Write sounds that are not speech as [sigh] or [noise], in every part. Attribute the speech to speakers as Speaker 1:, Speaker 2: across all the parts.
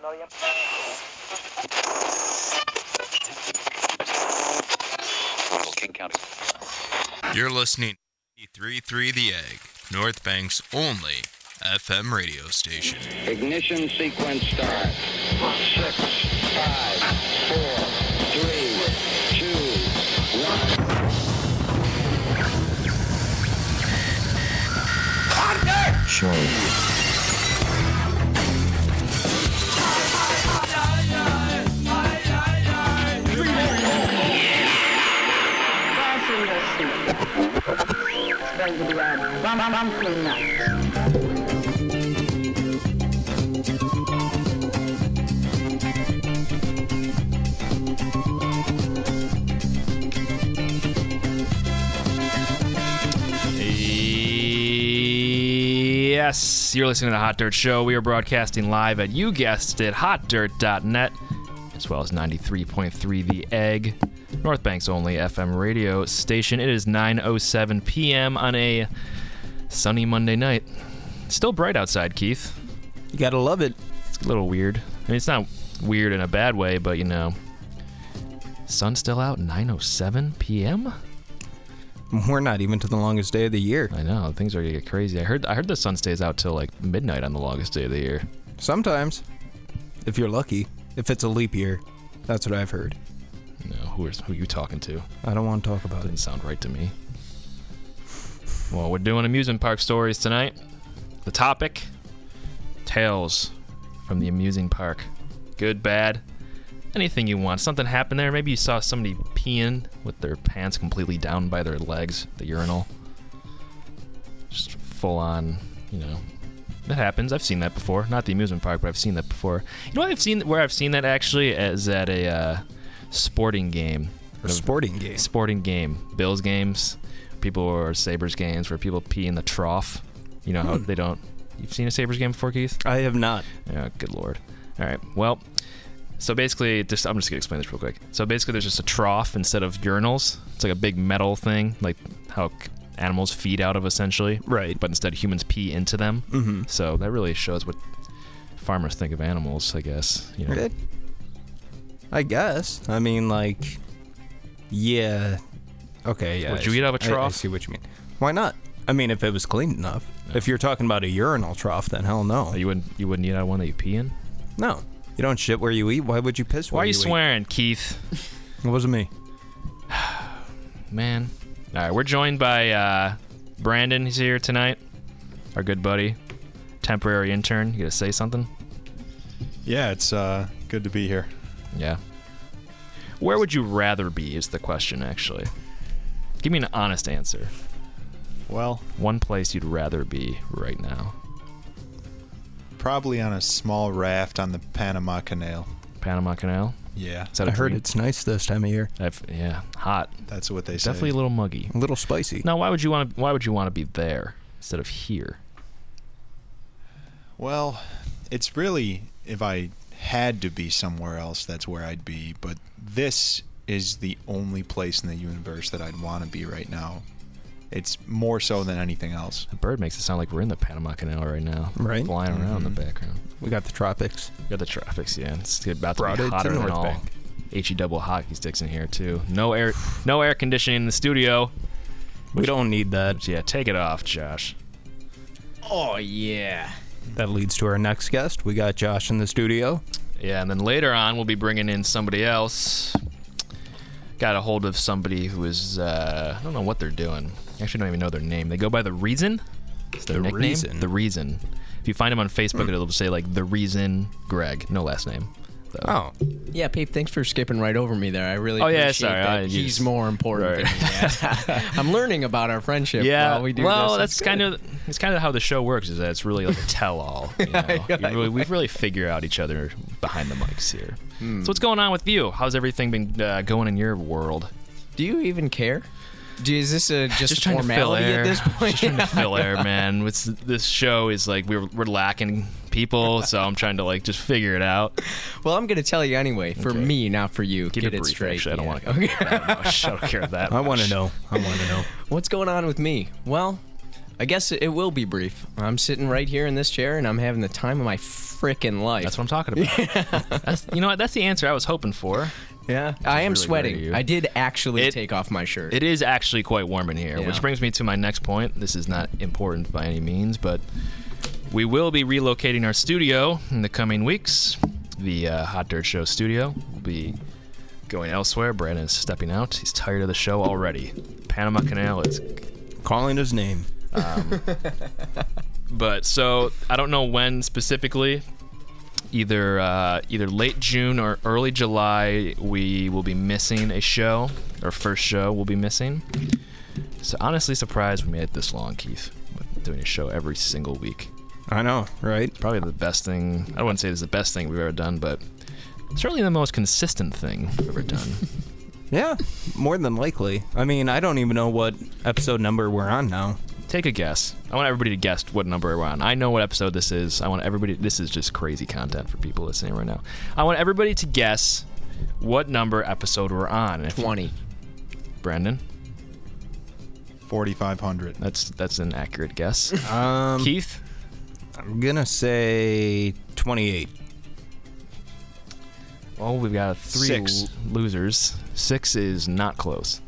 Speaker 1: million.
Speaker 2: King County.
Speaker 3: You're listening to 3 The Egg, North Bank's only FM radio station.
Speaker 4: Ignition sequence start. Six, five, four, three, two, one.
Speaker 5: Yes, you're listening to the Hot Dirt Show. We are broadcasting live at, you guessed it, hotdirt.net, as well as 93.3 The Egg, North Bank's only FM radio station. It is 9.07 p.m. on a sunny Monday night. It's still bright outside, Keith.
Speaker 6: You gotta love it.
Speaker 5: It's a little weird. I mean, it's not weird in a bad way, but you know. Sun's still out, 9.07 p.m.?
Speaker 6: We're not even to the longest day of the year.
Speaker 5: I know, things are gonna get crazy. I heard I heard the sun stays out till like midnight on the longest day of the year.
Speaker 6: Sometimes, if you're lucky, if it's a leap year, that's what I've heard.
Speaker 5: No, who is who are you talking to?
Speaker 6: I don't want to talk about
Speaker 5: Didn't
Speaker 6: it.
Speaker 5: sound right to me. Well, we're doing amusement park stories tonight. The topic: tales from the amusing park. Good, bad, anything you want. Something happened there. Maybe you saw somebody peeing with their pants completely down by their legs, the urinal. Just full on, you know. That happens. I've seen that before. Not the amusement park, but I've seen that before. You know what I've seen where I've seen that actually is at a uh, sporting game.
Speaker 6: A sporting game.
Speaker 5: Sporting game. Bills games. People or Sabres games where people pee in the trough. You know how they don't. You've seen a Sabres game before, Keith?
Speaker 6: Hmm. I have not.
Speaker 5: Yeah, good lord. All right. Well, so basically, just I'm just gonna explain this real quick. So basically, there's just a trough instead of urinals. It's like a big metal thing, like how c- animals feed out of essentially.
Speaker 6: Right.
Speaker 5: But instead, humans pee into them. Mm-hmm. So that really shows what farmers think of animals, I guess. You know.
Speaker 6: It- I guess. I mean, like, yeah. Okay, yeah.
Speaker 5: Would
Speaker 6: I
Speaker 5: you
Speaker 6: see-
Speaker 5: eat out of a
Speaker 6: I- I,
Speaker 5: trough?
Speaker 6: see what you mean. Why not? I mean, if it was clean enough. If you're talking about a urinal trough, then hell no.
Speaker 5: You wouldn't you wouldn't eat out of one that you pee in.
Speaker 6: No. You don't shit where you eat. Why would you piss where
Speaker 5: Why are you
Speaker 6: eat?
Speaker 5: swearing, Keith?
Speaker 6: It wasn't me.
Speaker 5: Man. All right, we're joined by uh, Brandon. He's here tonight. Our good buddy, temporary intern. You gonna say something?
Speaker 7: Yeah, it's uh, good to be here.
Speaker 5: Yeah. Where would you rather be is the question actually. Give me an honest answer.
Speaker 7: Well,
Speaker 5: One place you'd rather be right now.
Speaker 7: probably on a small raft on the Panama Canal.
Speaker 5: Panama Canal.
Speaker 7: Yeah,
Speaker 5: Is that
Speaker 6: I
Speaker 5: a
Speaker 6: heard
Speaker 5: dream?
Speaker 6: it's nice this time of year.
Speaker 5: I've- yeah, hot.
Speaker 7: that's what they say.
Speaker 5: Definitely a little muggy.
Speaker 6: A little spicy.
Speaker 5: Now, why would you want to? Why would you want to be there instead of here?
Speaker 7: Well, it's really if I had to be somewhere else, that's where I'd be. But this is the only place in the universe that I'd want to be right now. It's more so than anything else.
Speaker 5: The bird makes it sound like we're in the Panama Canal right now,
Speaker 6: Right.
Speaker 5: Flying around in the background.
Speaker 6: We got the tropics.
Speaker 5: Got the traffics, yeah. It's about to
Speaker 6: Brought it
Speaker 5: be
Speaker 6: to
Speaker 5: hotter than
Speaker 6: North
Speaker 5: all.
Speaker 6: Bank.
Speaker 5: He double hockey sticks in here too. No air, no air conditioning in the studio.
Speaker 6: We don't need that.
Speaker 5: Yeah, take it off, Josh.
Speaker 6: That leads to our next guest. We got Josh in the studio.
Speaker 5: Yeah, and then later on we'll be bringing in somebody else. Got a hold of somebody who is uh, I don't know what they're doing. I actually don't even know their name. They go by the Reason. It's their
Speaker 6: The
Speaker 5: nickname.
Speaker 6: Reason. Hmm.
Speaker 5: The Reason. If you find him on Facebook, it'll say like the Reason Greg, no last name.
Speaker 6: Oh,
Speaker 8: Yeah, Pape, thanks for skipping right over me there. I really
Speaker 5: Oh, yeah,
Speaker 8: appreciate
Speaker 5: sorry,
Speaker 8: that.
Speaker 5: I
Speaker 8: He's
Speaker 5: just-
Speaker 8: more important than
Speaker 5: [laughs]
Speaker 8: me. [laughs] Yeah. I'm learning about our friendship
Speaker 5: Yeah,
Speaker 8: while we do
Speaker 5: well,
Speaker 8: this.
Speaker 5: that's kind of it's kind of how the show works. Is that it's really like a
Speaker 8: [laughs]
Speaker 5: tell-all. You know? You really, we really figure out each other behind the mics here.
Speaker 8: Hmm.
Speaker 5: So what's going on with you? How's everything been uh, going in your world?
Speaker 8: Do you even care? Do, is this a just,
Speaker 5: just trying to fill
Speaker 8: formality
Speaker 5: air.
Speaker 8: at this point?
Speaker 5: [laughs] Just trying to fill air, man. It's, this show is like we're, we're lacking people, so I'm trying to like just figure it out.
Speaker 8: [laughs] well, I'm going to tell you anyway. For
Speaker 5: Okay.
Speaker 8: me, not for you.
Speaker 5: Keep
Speaker 8: Get
Speaker 5: it,
Speaker 8: it,
Speaker 5: brief,
Speaker 8: straight.
Speaker 5: Actually, I don't
Speaker 8: yeah.
Speaker 5: want to.
Speaker 8: [laughs]
Speaker 5: I don't know. I don't care that.
Speaker 6: I want
Speaker 5: much.
Speaker 6: to know. I want to know.
Speaker 8: What's going on with me? Well, I guess it it will be brief. I'm sitting right here in this chair and I'm having the time of my frickin' life.
Speaker 5: That's what I'm talking about.
Speaker 8: [laughs]
Speaker 5: That's, you know what? That's the answer I was hoping for.
Speaker 8: yeah, I
Speaker 5: really
Speaker 8: am
Speaker 5: great of
Speaker 8: sweating.
Speaker 5: you.
Speaker 8: I did actually
Speaker 5: It-
Speaker 8: take off my shirt.
Speaker 5: It is actually quite warm in here,
Speaker 8: Yeah.
Speaker 5: which brings me to my next point. This is not important by any means, but we will be relocating our studio in the coming weeks. The uh, Hot Dirt Show studio will be going elsewhere. Brandon is stepping out. He's tired of the show already. Panama Canal is
Speaker 6: Calling his name.
Speaker 5: but so I don't know when specifically. Either uh, either late June or early July, we will be missing a show. Our first show will be missing. So honestly, surprised we made it this long, Keith. With doing a show every single week,
Speaker 6: I know, right?
Speaker 5: probably the best thing. I wouldn't say it's the best thing we've ever done, but certainly the most consistent thing we've ever done.
Speaker 6: Yeah, more than likely. I mean, I don't even know what episode number we're on now.
Speaker 5: Take a guess. I want everybody to guess what number we're on. I know what episode this is. I want everybody. This is just crazy content for people listening right now. I want everybody to guess what number episode we're on. If-
Speaker 8: 20.
Speaker 5: Brandon,
Speaker 7: 4,500.
Speaker 5: that's that's an accurate guess.
Speaker 6: [laughs] Um,
Speaker 5: Keith,
Speaker 6: I'm gonna say 28.
Speaker 5: well, Oh, we've got three
Speaker 7: Six.
Speaker 5: l- losers. Six is not close.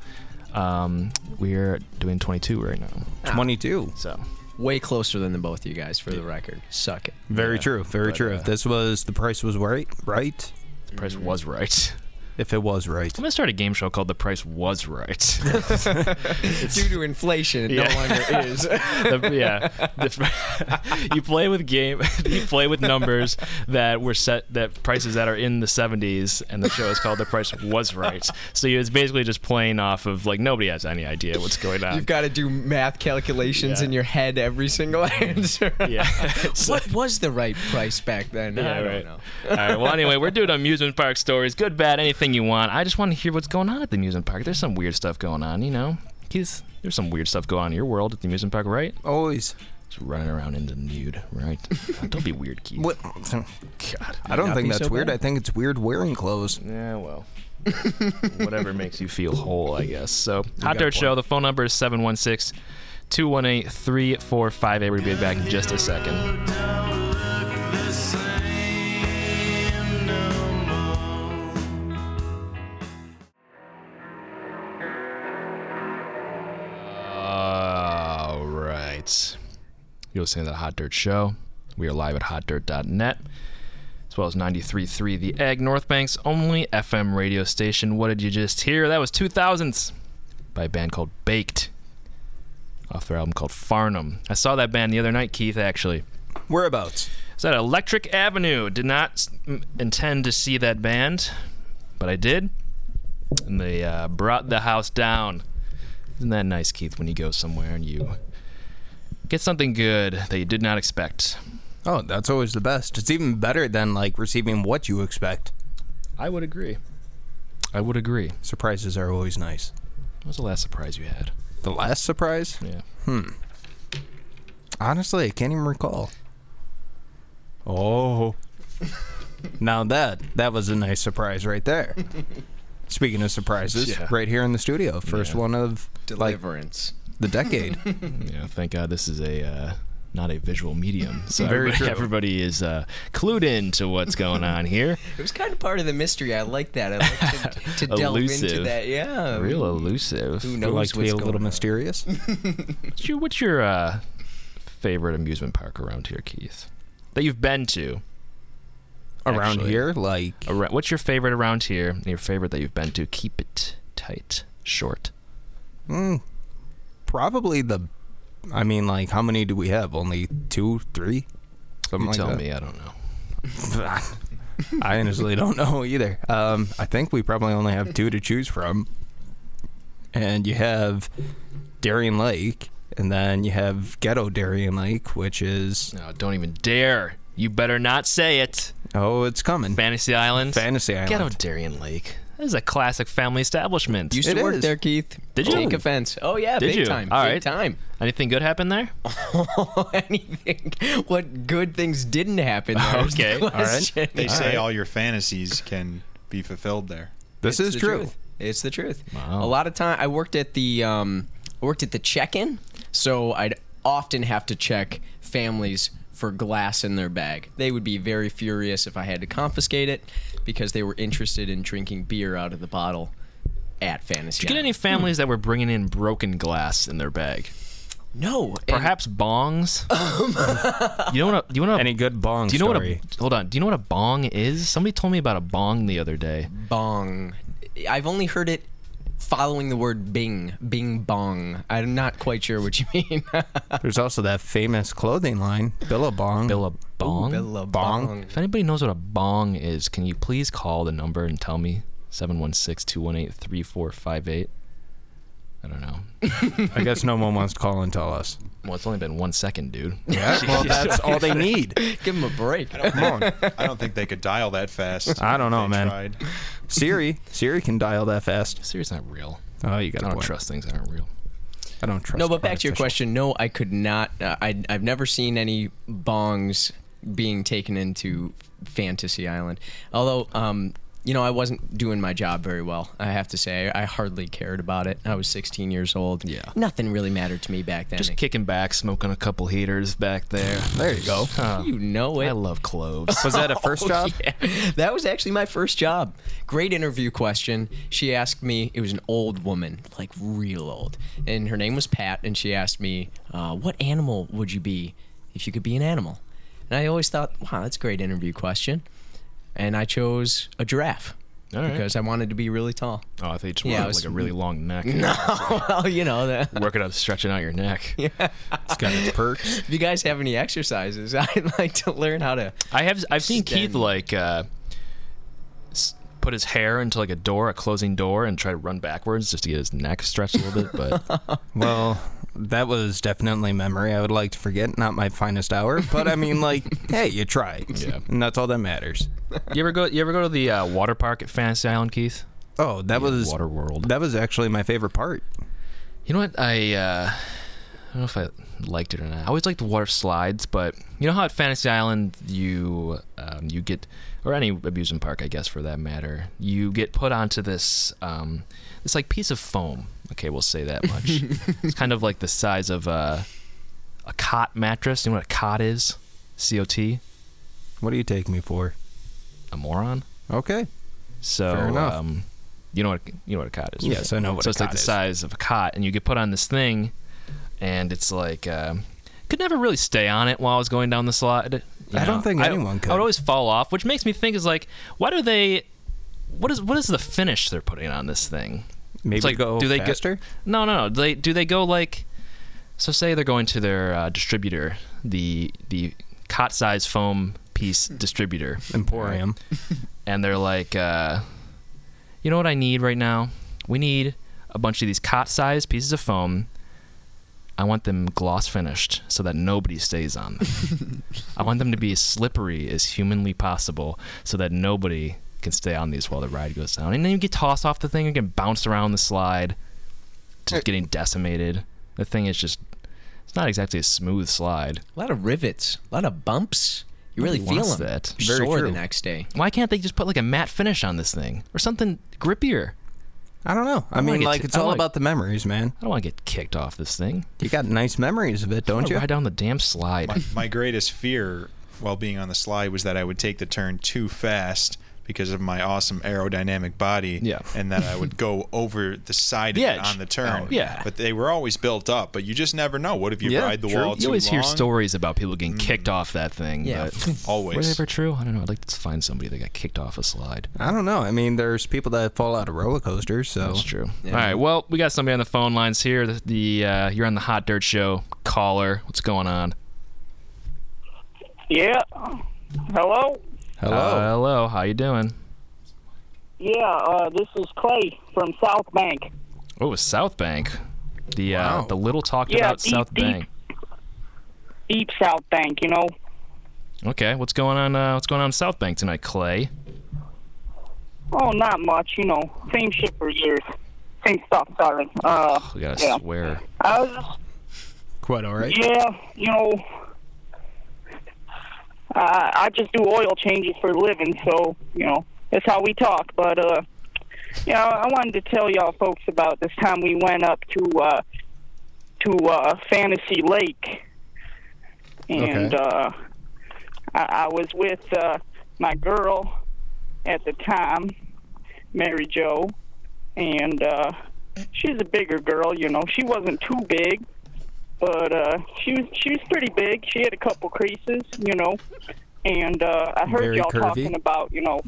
Speaker 5: Um, we're doing 22 right now.
Speaker 6: Ah. 22.
Speaker 5: So
Speaker 8: Way closer than the both of you guys, for the record.
Speaker 5: [laughs]
Speaker 8: Suck it.
Speaker 6: Very
Speaker 5: Yeah,
Speaker 6: true. Very
Speaker 5: but,
Speaker 6: true.
Speaker 5: uh,
Speaker 6: If this was the price was right, right?
Speaker 5: the price was right.
Speaker 6: If it was right.
Speaker 5: I'm gonna start a game show called The Price Was Right. [laughs]
Speaker 8: Due to inflation, it
Speaker 5: Yeah.
Speaker 8: no
Speaker 5: [laughs]
Speaker 8: longer is.
Speaker 5: The- yeah, The- [laughs] you play with game. You play with numbers that were set that prices that are in the 70s, and the show is called "The Price Was Right." So you- it's basically just playing off of like nobody has any idea what's going on.
Speaker 8: You've got to do math calculations
Speaker 5: Yeah.
Speaker 8: in your head every single [laughs] answer.
Speaker 5: yeah.
Speaker 8: [laughs]
Speaker 5: It's
Speaker 8: what was the right price back then?
Speaker 5: Yeah,
Speaker 8: I don't
Speaker 5: right.
Speaker 8: know.
Speaker 5: All right. Well, anyway, we're doing amusement park stories, good, bad, anything you want. I just want to hear what's going on at the amusement park. There's some weird stuff going on, you know. Keith, there's some weird stuff going on in your world at the amusement park, right?
Speaker 6: Always.
Speaker 5: Just running around in the nude,
Speaker 8: [laughs]
Speaker 5: right? Don't be weird, Keith.
Speaker 6: What?
Speaker 5: God.
Speaker 6: I don't
Speaker 8: Not
Speaker 6: think
Speaker 8: be
Speaker 6: that's
Speaker 8: so
Speaker 6: weird.
Speaker 8: bad.
Speaker 6: I think it's weird wearing clothes.
Speaker 5: Yeah, well. [laughs] Whatever makes you feel whole, I guess. So, Hot
Speaker 6: got
Speaker 5: Dirt
Speaker 6: a
Speaker 5: Show, the phone number is 716 218 3458. We'll be back in just a second. All right. You're listening to the Hot Dirt Show. We are live at hotdirt.net as well as 93.3 The Egg, North Bank's only FM radio station. What did you just hear? That was 2000s by a band called Baked off their album called Farnham. I saw that band the other night, Keith, actually.
Speaker 6: Whereabouts?
Speaker 5: It's at Electric Avenue. Did not s- m- intend to see that band, but I did. And they uh, brought the house down. Isn't that nice, Keith, when you go somewhere and you get something good that you did not expect?
Speaker 6: Oh, that's always the best. It's even better than like receiving what you expect.
Speaker 5: I would agree. I would agree.
Speaker 6: Surprises are always nice.
Speaker 5: What was the last surprise you had?
Speaker 6: The last surprise?
Speaker 5: Yeah.
Speaker 6: Honestly, I can't even recall. Oh. now that that was a nice surprise right there. Speaking of surprises,
Speaker 5: Yeah.
Speaker 6: right here in the studio, first
Speaker 5: Yeah.
Speaker 6: one of like
Speaker 8: Deliverance.
Speaker 6: the
Speaker 8: [laughs]
Speaker 6: decade.
Speaker 5: Yeah. Thank God this is a uh, not a visual [laughs] medium, so
Speaker 6: Very
Speaker 5: everybody,
Speaker 6: true.
Speaker 5: everybody is uh, clued in to what's going on [laughs] here.
Speaker 8: It was kind of part of the mystery. I like that. I like
Speaker 5: [laughs]
Speaker 8: to, to delve into
Speaker 5: Elusive.
Speaker 8: that. Yeah.
Speaker 5: Real elusive.
Speaker 8: Who
Speaker 6: I
Speaker 8: knows
Speaker 6: like to be
Speaker 8: what's
Speaker 6: a little
Speaker 8: going on.
Speaker 6: mysterious.
Speaker 5: What's your, what's your uh, favorite amusement park around here, Keith? That you've been to?
Speaker 6: [laughs] Around
Speaker 5: Actually.
Speaker 6: here, like
Speaker 5: Ar- What's your favorite around here? And your favorite that you've been to? Keep it tight, short.
Speaker 6: probably the I mean like how many do we have? Only two, three? Something
Speaker 5: You
Speaker 6: like
Speaker 5: tell
Speaker 6: that.
Speaker 5: me. I don't know.
Speaker 6: [laughs] I honestly don't know either. Um, I think we probably only have two to choose from. And you have Darien Lake, and then you have Ghetto Darien Lake, which is
Speaker 5: No, don't even dare. You better not say it.
Speaker 6: oh, it's coming.
Speaker 5: Fantasy Island.
Speaker 6: Fantasy Island.
Speaker 5: Ghetto Darien Lake. This is a classic family establishment.
Speaker 8: Used
Speaker 6: It
Speaker 8: to work
Speaker 6: is.
Speaker 8: there, Keith.
Speaker 5: Did you?
Speaker 8: Take offense. Oh, yeah.
Speaker 5: Did
Speaker 8: big
Speaker 5: you?
Speaker 8: time.
Speaker 5: All
Speaker 8: big
Speaker 5: right.
Speaker 8: time. [laughs]
Speaker 5: Anything good happened there?
Speaker 6: Oh,
Speaker 8: Anything. What good things didn't happen there. is the
Speaker 5: [laughs] Okay. All right.
Speaker 8: question.
Speaker 7: They say
Speaker 6: right.
Speaker 7: all your fantasies can be fulfilled there.
Speaker 6: this
Speaker 8: It's
Speaker 6: is
Speaker 8: the
Speaker 6: true.
Speaker 8: Truth. It's the truth.
Speaker 5: Wow.
Speaker 8: A lot of time I worked at the um, I worked at the check-in, so I'd often have to check families for glass in their bag. They would be very furious if I had to confiscate it because they were interested in drinking beer out of the bottle at Fantasy.
Speaker 5: Did you get
Speaker 8: Island.
Speaker 5: any families
Speaker 6: Hmm.
Speaker 5: that were bringing in broken glass in their bag?
Speaker 8: No. and-
Speaker 6: [laughs]
Speaker 5: Perhaps bongs. you know what? A, do you know? What
Speaker 6: Um.
Speaker 5: a,
Speaker 6: Any good bong
Speaker 5: do you know
Speaker 6: story?
Speaker 5: what? A, hold on. Do you know what a bong is? Somebody told me about a bong the other day.
Speaker 8: bong. I've only heard it following the word bing, bing bong. I'm not quite sure what you [laughs] mean.
Speaker 6: There's also that famous clothing line, Billabong.
Speaker 5: Billabong.
Speaker 6: Bong.
Speaker 5: If anybody knows what a bong is, can you please call the number and tell me? 716-218-3458. I don't know.
Speaker 6: I guess no one wants to call and tell us.
Speaker 5: Well, it's only been one second, dude.
Speaker 6: [laughs] Yeah,
Speaker 7: [laughs]
Speaker 6: well, that's all they need.
Speaker 8: Give him a break.
Speaker 6: Come on.
Speaker 7: I don't think they could dial that fast.
Speaker 6: I don't know,
Speaker 7: They
Speaker 6: man.
Speaker 7: tried.
Speaker 6: Siri. Siri can dial that fast.
Speaker 5: Siri's not real.
Speaker 6: Oh, you got
Speaker 5: I don't trust things that aren't real.
Speaker 6: I don't trust.
Speaker 8: No, but back to your
Speaker 6: artificial-
Speaker 8: question. No, I could not. Uh, I I've never seen any bongs being taken into Fantasy Island. Although, um, you know, I wasn't doing my job very well. I have to say, I hardly cared about it. I was 16 years old.
Speaker 5: Yeah.
Speaker 8: nothing really mattered to me back then.
Speaker 5: Just kicking back, smoking a couple heaters back there.
Speaker 6: There you go.
Speaker 8: you know it.
Speaker 5: I love
Speaker 6: [laughs]
Speaker 5: cloves.
Speaker 6: Was that a first job?
Speaker 8: Yeah. [laughs] That was actually my first job. Great interview question. She asked me, it was an old woman, like real old, and her name was Pat, and she asked me, uh, What animal would you be if you could be an animal? And I always thought, wow, that's a great interview question. And I chose a giraffe
Speaker 5: All right.
Speaker 8: because I wanted to be really tall. [laughs]
Speaker 5: Oh, I thought you just
Speaker 8: Yeah,
Speaker 5: wanted
Speaker 8: it was-
Speaker 5: like a really long [laughs] neck.
Speaker 8: well, you know, that.
Speaker 5: Working up, stretching out your [laughs] neck.
Speaker 6: It's got its perks.
Speaker 8: if you guys have any exercises, [laughs] I'd like to learn how to.
Speaker 5: I have I've seen
Speaker 8: Stand-
Speaker 5: Keith like uh, s- put his hair into like a door, a closing door, and try to run backwards just to get his neck stretched a little bit. But
Speaker 6: Well, that was definitely memory I would like to forget. Not my finest hour, but I mean,
Speaker 5: [laughs]
Speaker 6: like, hey, you tried.
Speaker 5: Yeah.
Speaker 6: And that's all that matters.
Speaker 5: you ever go you ever go to the uh, water park at Fantasy Island, Keith?
Speaker 6: Oh, that was
Speaker 5: Water World.
Speaker 6: That was actually my favorite part.
Speaker 5: You know what? I uh, I don't know if I liked it or not. I always liked the water slides, but you know how at Fantasy Island you um, you get or any amusement park, I guess for that matter, you get put onto this um, this like piece of foam. Okay, we'll say that much. it's kind of like the size of uh, a cot mattress. You know what a cot is? C O T.
Speaker 6: What do you take me for?
Speaker 5: A moron.
Speaker 6: Okay.
Speaker 5: So,
Speaker 6: Fair enough.
Speaker 5: um, you know what you know what a cot is.
Speaker 6: Yes, I know what
Speaker 5: So
Speaker 6: a
Speaker 5: it's like
Speaker 6: cot
Speaker 5: the
Speaker 6: is.
Speaker 5: size of a cot, and you get put on this thing, and it's like um could never really stay on it while I was going down the slide. you
Speaker 6: I don't
Speaker 5: know?
Speaker 6: think anyone could.
Speaker 5: I would always fall off, which makes me think is like, why do they? What is what is the finish they're putting on this thing?
Speaker 6: Maybe
Speaker 5: it's like
Speaker 6: go
Speaker 5: do they go-
Speaker 6: faster?
Speaker 5: no, no, no. Do they do they go like? So say they're going to their uh, distributor, the the cot size foam piece distributor
Speaker 6: Emporium.
Speaker 5: and they're like, uh, you know what I need right now? We need a bunch of these cot sized pieces of foam. I want them gloss finished so that nobody stays on them. I want them to be as slippery as humanly possible so that nobody can stay on these while the ride goes down. And then you get tossed off the thing and get bounced around the slide, just getting decimated. The thing is just, it's not exactly a smooth slide.
Speaker 8: A lot of rivets, a lot of bumps. You really
Speaker 5: Nobody
Speaker 8: feel
Speaker 5: wants
Speaker 8: them.
Speaker 5: that.
Speaker 8: You're
Speaker 6: Very
Speaker 8: sore
Speaker 6: true.
Speaker 8: the next day.
Speaker 5: Why can't they just put like a matte finish on this thing or something grippier?
Speaker 6: I don't know. I,
Speaker 5: don't
Speaker 6: mean,
Speaker 5: like it
Speaker 6: like,
Speaker 5: too-
Speaker 6: it's
Speaker 5: I
Speaker 6: all
Speaker 5: like-
Speaker 6: about the memories, man.
Speaker 5: I don't want to get kicked off this thing.
Speaker 6: You got nice memories of it, don't
Speaker 5: Don't
Speaker 6: you?
Speaker 5: ride down the damn slide.
Speaker 7: My, my greatest fear while being on the slide was that I would take the turn too fast because of my awesome aerodynamic body
Speaker 5: Yeah.
Speaker 7: and that I
Speaker 5: [laughs]
Speaker 7: would go over the side
Speaker 5: The
Speaker 7: of it
Speaker 5: edge.
Speaker 7: on the turn.
Speaker 5: Oh, yeah.
Speaker 7: But they were always built up, but you just never know. What if you
Speaker 6: Yeah,
Speaker 7: ride the
Speaker 6: true.
Speaker 7: wall too
Speaker 5: you always hear
Speaker 7: long?
Speaker 5: stories about people getting kicked off that thing.
Speaker 8: Yeah.
Speaker 5: but
Speaker 7: Always.
Speaker 5: Were they ever true? I don't know. I'd like to find somebody that got kicked off a slide.
Speaker 6: I don't know. I mean, there's people that fall out of roller coasters, so
Speaker 5: That's true. Oh. All right. Well, we got somebody on the phone lines here. The, the uh, you're on the Hot Dirt Show. Caller, what's going on?
Speaker 1: Yeah. Hello.
Speaker 6: hello.
Speaker 5: Uh, hello. How you doing?
Speaker 1: Yeah, uh, this is Clay from South Bank.
Speaker 5: Oh, South Bank. The uh,
Speaker 6: Wow.
Speaker 5: the little talked
Speaker 1: Yeah,
Speaker 5: about
Speaker 1: deep,
Speaker 5: South
Speaker 1: deep.
Speaker 5: Bank.
Speaker 1: Deep South Bank, you know.
Speaker 5: Okay. What's going on? Uh, what's going on in South Bank tonight, Clay?
Speaker 1: Oh, not much, you know. Same shit for years. Same stuff, sorry. Uh,
Speaker 5: We gotta
Speaker 1: Yeah.
Speaker 5: swear.
Speaker 1: I was just
Speaker 6: Quite all right.
Speaker 1: Yeah, you know, I I just do oil changes for a living, so you know that's how we talk. But uh, yeah, I wanted to tell y'all folks about this time we went up to uh, to uh, Fantasy Lake, and
Speaker 6: Okay.
Speaker 1: uh, I, I was with uh, my girl at the time, Mary Jo, and uh, she's a bigger girl. You know, she wasn't too big, but uh, she was she was pretty big. She had a couple creases, you know. And uh, I heard
Speaker 6: Very
Speaker 1: y'all
Speaker 6: curvy.
Speaker 1: talking about you know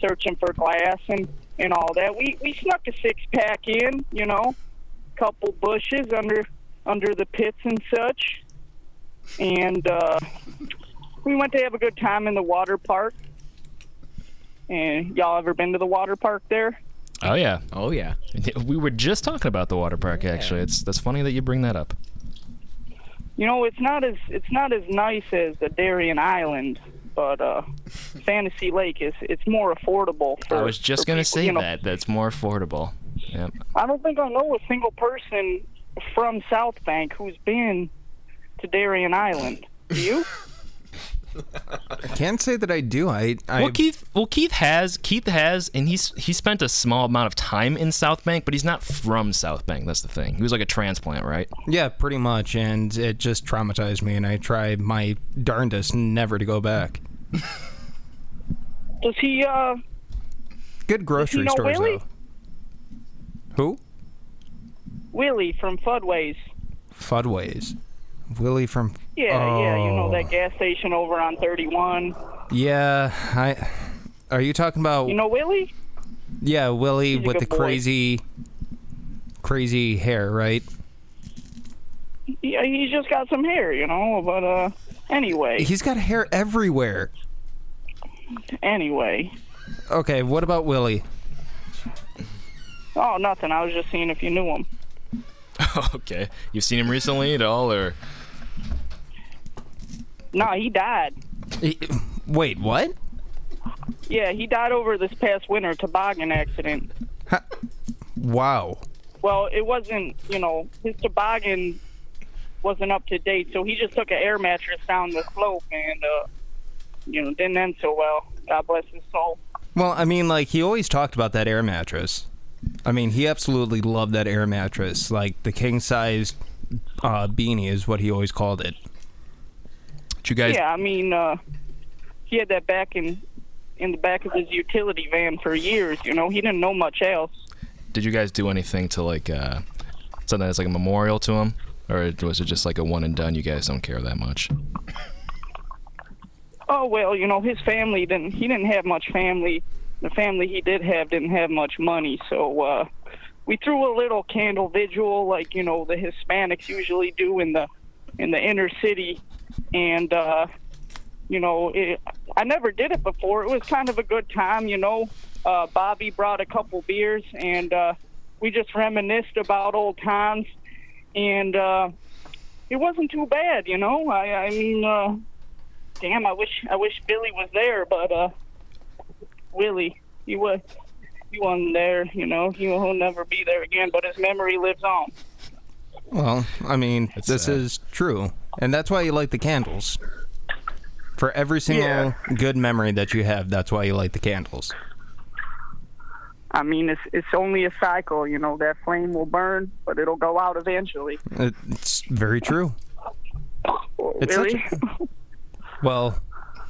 Speaker 1: searching for glass and and all that. We we snuck a six pack in, you know, couple bushes under under the pits and such, and uh, we went to have a good time in the water park. And y'all ever been to the water park there?
Speaker 5: Oh yeah,
Speaker 8: Oh yeah.
Speaker 5: [laughs] we were just talking about the water park. Actually, it's that's funny that you bring that up.
Speaker 1: You know, it's not as it's not as nice as the Darien Island, but uh, Fantasy Lake is it's more affordable. For,
Speaker 5: I was just
Speaker 1: for
Speaker 5: gonna
Speaker 1: people,
Speaker 5: say
Speaker 1: you know.
Speaker 5: that. That's more affordable. Yep.
Speaker 1: I don't think I know a single person from South Bank who's been to Darien Island. Do you?
Speaker 6: I can't say that I do. I, I
Speaker 5: Well, Keith. Well, Keith has. Keith has, and he's he spent a small amount of time in South Bank, but he's not from South Bank. That's the thing. He was like a transplant, right?
Speaker 6: yeah, pretty much, and it just traumatized me, and I try my darndest never to go back.
Speaker 1: Does he? Uh,
Speaker 6: Good grocery
Speaker 1: know
Speaker 6: stores
Speaker 1: Willie?
Speaker 6: though. Who?
Speaker 1: Willie from Fudways.
Speaker 6: Fudways. Willie from
Speaker 1: Yeah, yeah, you know
Speaker 6: Oh.
Speaker 1: that gas station over on 31.
Speaker 6: Yeah, I Are you talking about
Speaker 1: You know Willie?
Speaker 6: yeah, Willie
Speaker 1: he's a
Speaker 6: with the
Speaker 1: good boy.
Speaker 6: crazy crazy hair, right?
Speaker 1: Yeah, he's just got some hair, you know. But uh,
Speaker 6: [laughs]
Speaker 1: anyway,
Speaker 6: He's got hair everywhere.
Speaker 1: anyway.
Speaker 6: Okay, what about Willie?
Speaker 1: Oh, nothing. I was just seeing if you knew him.
Speaker 5: [laughs] okay. You've seen him recently at all, or
Speaker 1: Nah, he died.
Speaker 6: He- Wait, what?
Speaker 1: Yeah, he died over this past winter toboggan accident.
Speaker 6: Wow.
Speaker 1: Well, it wasn't, you know, his toboggan wasn't up to date, so he just took an air mattress down the slope and, uh, you know, didn't end so well. God bless his soul.
Speaker 6: Well, I mean, like he always talked about that air mattress. I mean, he absolutely loved that air mattress. Like the king size uh, beanie is what he always called it.
Speaker 5: did you guys?
Speaker 1: Yeah, I mean, uh, he had that back in in the back of his utility van for years. You know, he didn't know much else.
Speaker 5: Did you guys do anything to like uh, something that's like a memorial to him, or was it just like a one and done? You guys don't care that much.
Speaker 1: Oh well, you know, his family didn't. He didn't have much family. The family he did have didn't have much money, so uh, we threw a little candle vigil, like you know the Hispanics usually do in the in the inner city, and uh, you know, it, I never did it before. It was kind of a good time, you know. Uh, Bobby brought a couple beers, and uh, we just reminisced about old times, and uh, it wasn't too bad, you know. I, I mean. Uh, damn, I wish I wish Billy was there, but uh, Willie, he was he wasn't there. You know, he will never be there again. But his memory lives on.
Speaker 6: Well, I mean, this
Speaker 5: sad.
Speaker 6: is true, and that's why you light the candles. For every single
Speaker 1: Yeah.
Speaker 6: good memory that you have, that's why you light the candles.
Speaker 1: I mean, it's it's only a cycle. You know, that flame will burn, but it'll go out eventually.
Speaker 6: It- It's very true. It's such
Speaker 1: Willie,
Speaker 6: Well,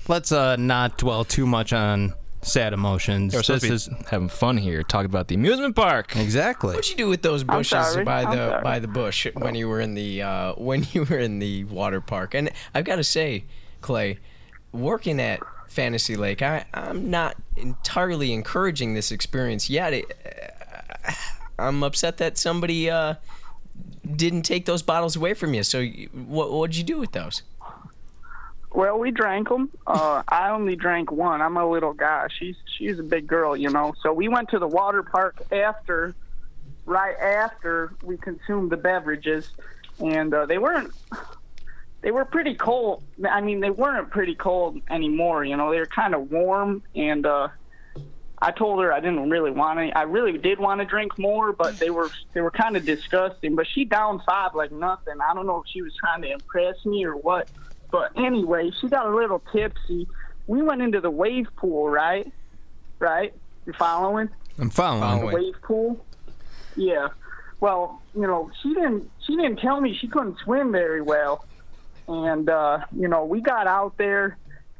Speaker 6: let's uh, not dwell too much on sad emotions.
Speaker 5: We're
Speaker 6: This
Speaker 5: supposed
Speaker 6: is
Speaker 5: to be having fun here, talking about the amusement park.
Speaker 6: exactly.
Speaker 8: What'd you do with those bushes
Speaker 1: sorry,
Speaker 8: by
Speaker 1: I'm
Speaker 8: the
Speaker 1: sorry.
Speaker 8: by the bush when you were in the uh, when [laughs] you were in the water park? And I've got to say, Clay, working at Fantasy Lake, I, I'm not entirely encouraging this experience yet. It, uh, I'm upset that somebody uh, didn't take those bottles away from you. So, you- what what'd you do with those?
Speaker 1: well, we drank them. Uh, I only drank one. I'm a little guy. She's she's a big girl, you know. So we went to the water park after, right after we consumed the beverages, and uh, they weren't they were pretty cold. I mean, they weren't pretty cold anymore. You know, they were kind of warm. And uh, I told her I didn't really want any. I really did want to drink more, but they were they were kind of disgusting. But she down five like nothing. I don't know if she was trying to impress me or what. But anyway, she got a little tipsy. We went into the wave pool, right? Right? You following?
Speaker 6: I'm following.
Speaker 8: Following.
Speaker 1: wave pool. Yeah. Well, you know, she didn't. She she didn't tell me she couldn't swim very well. And, uh, you know, we got out there,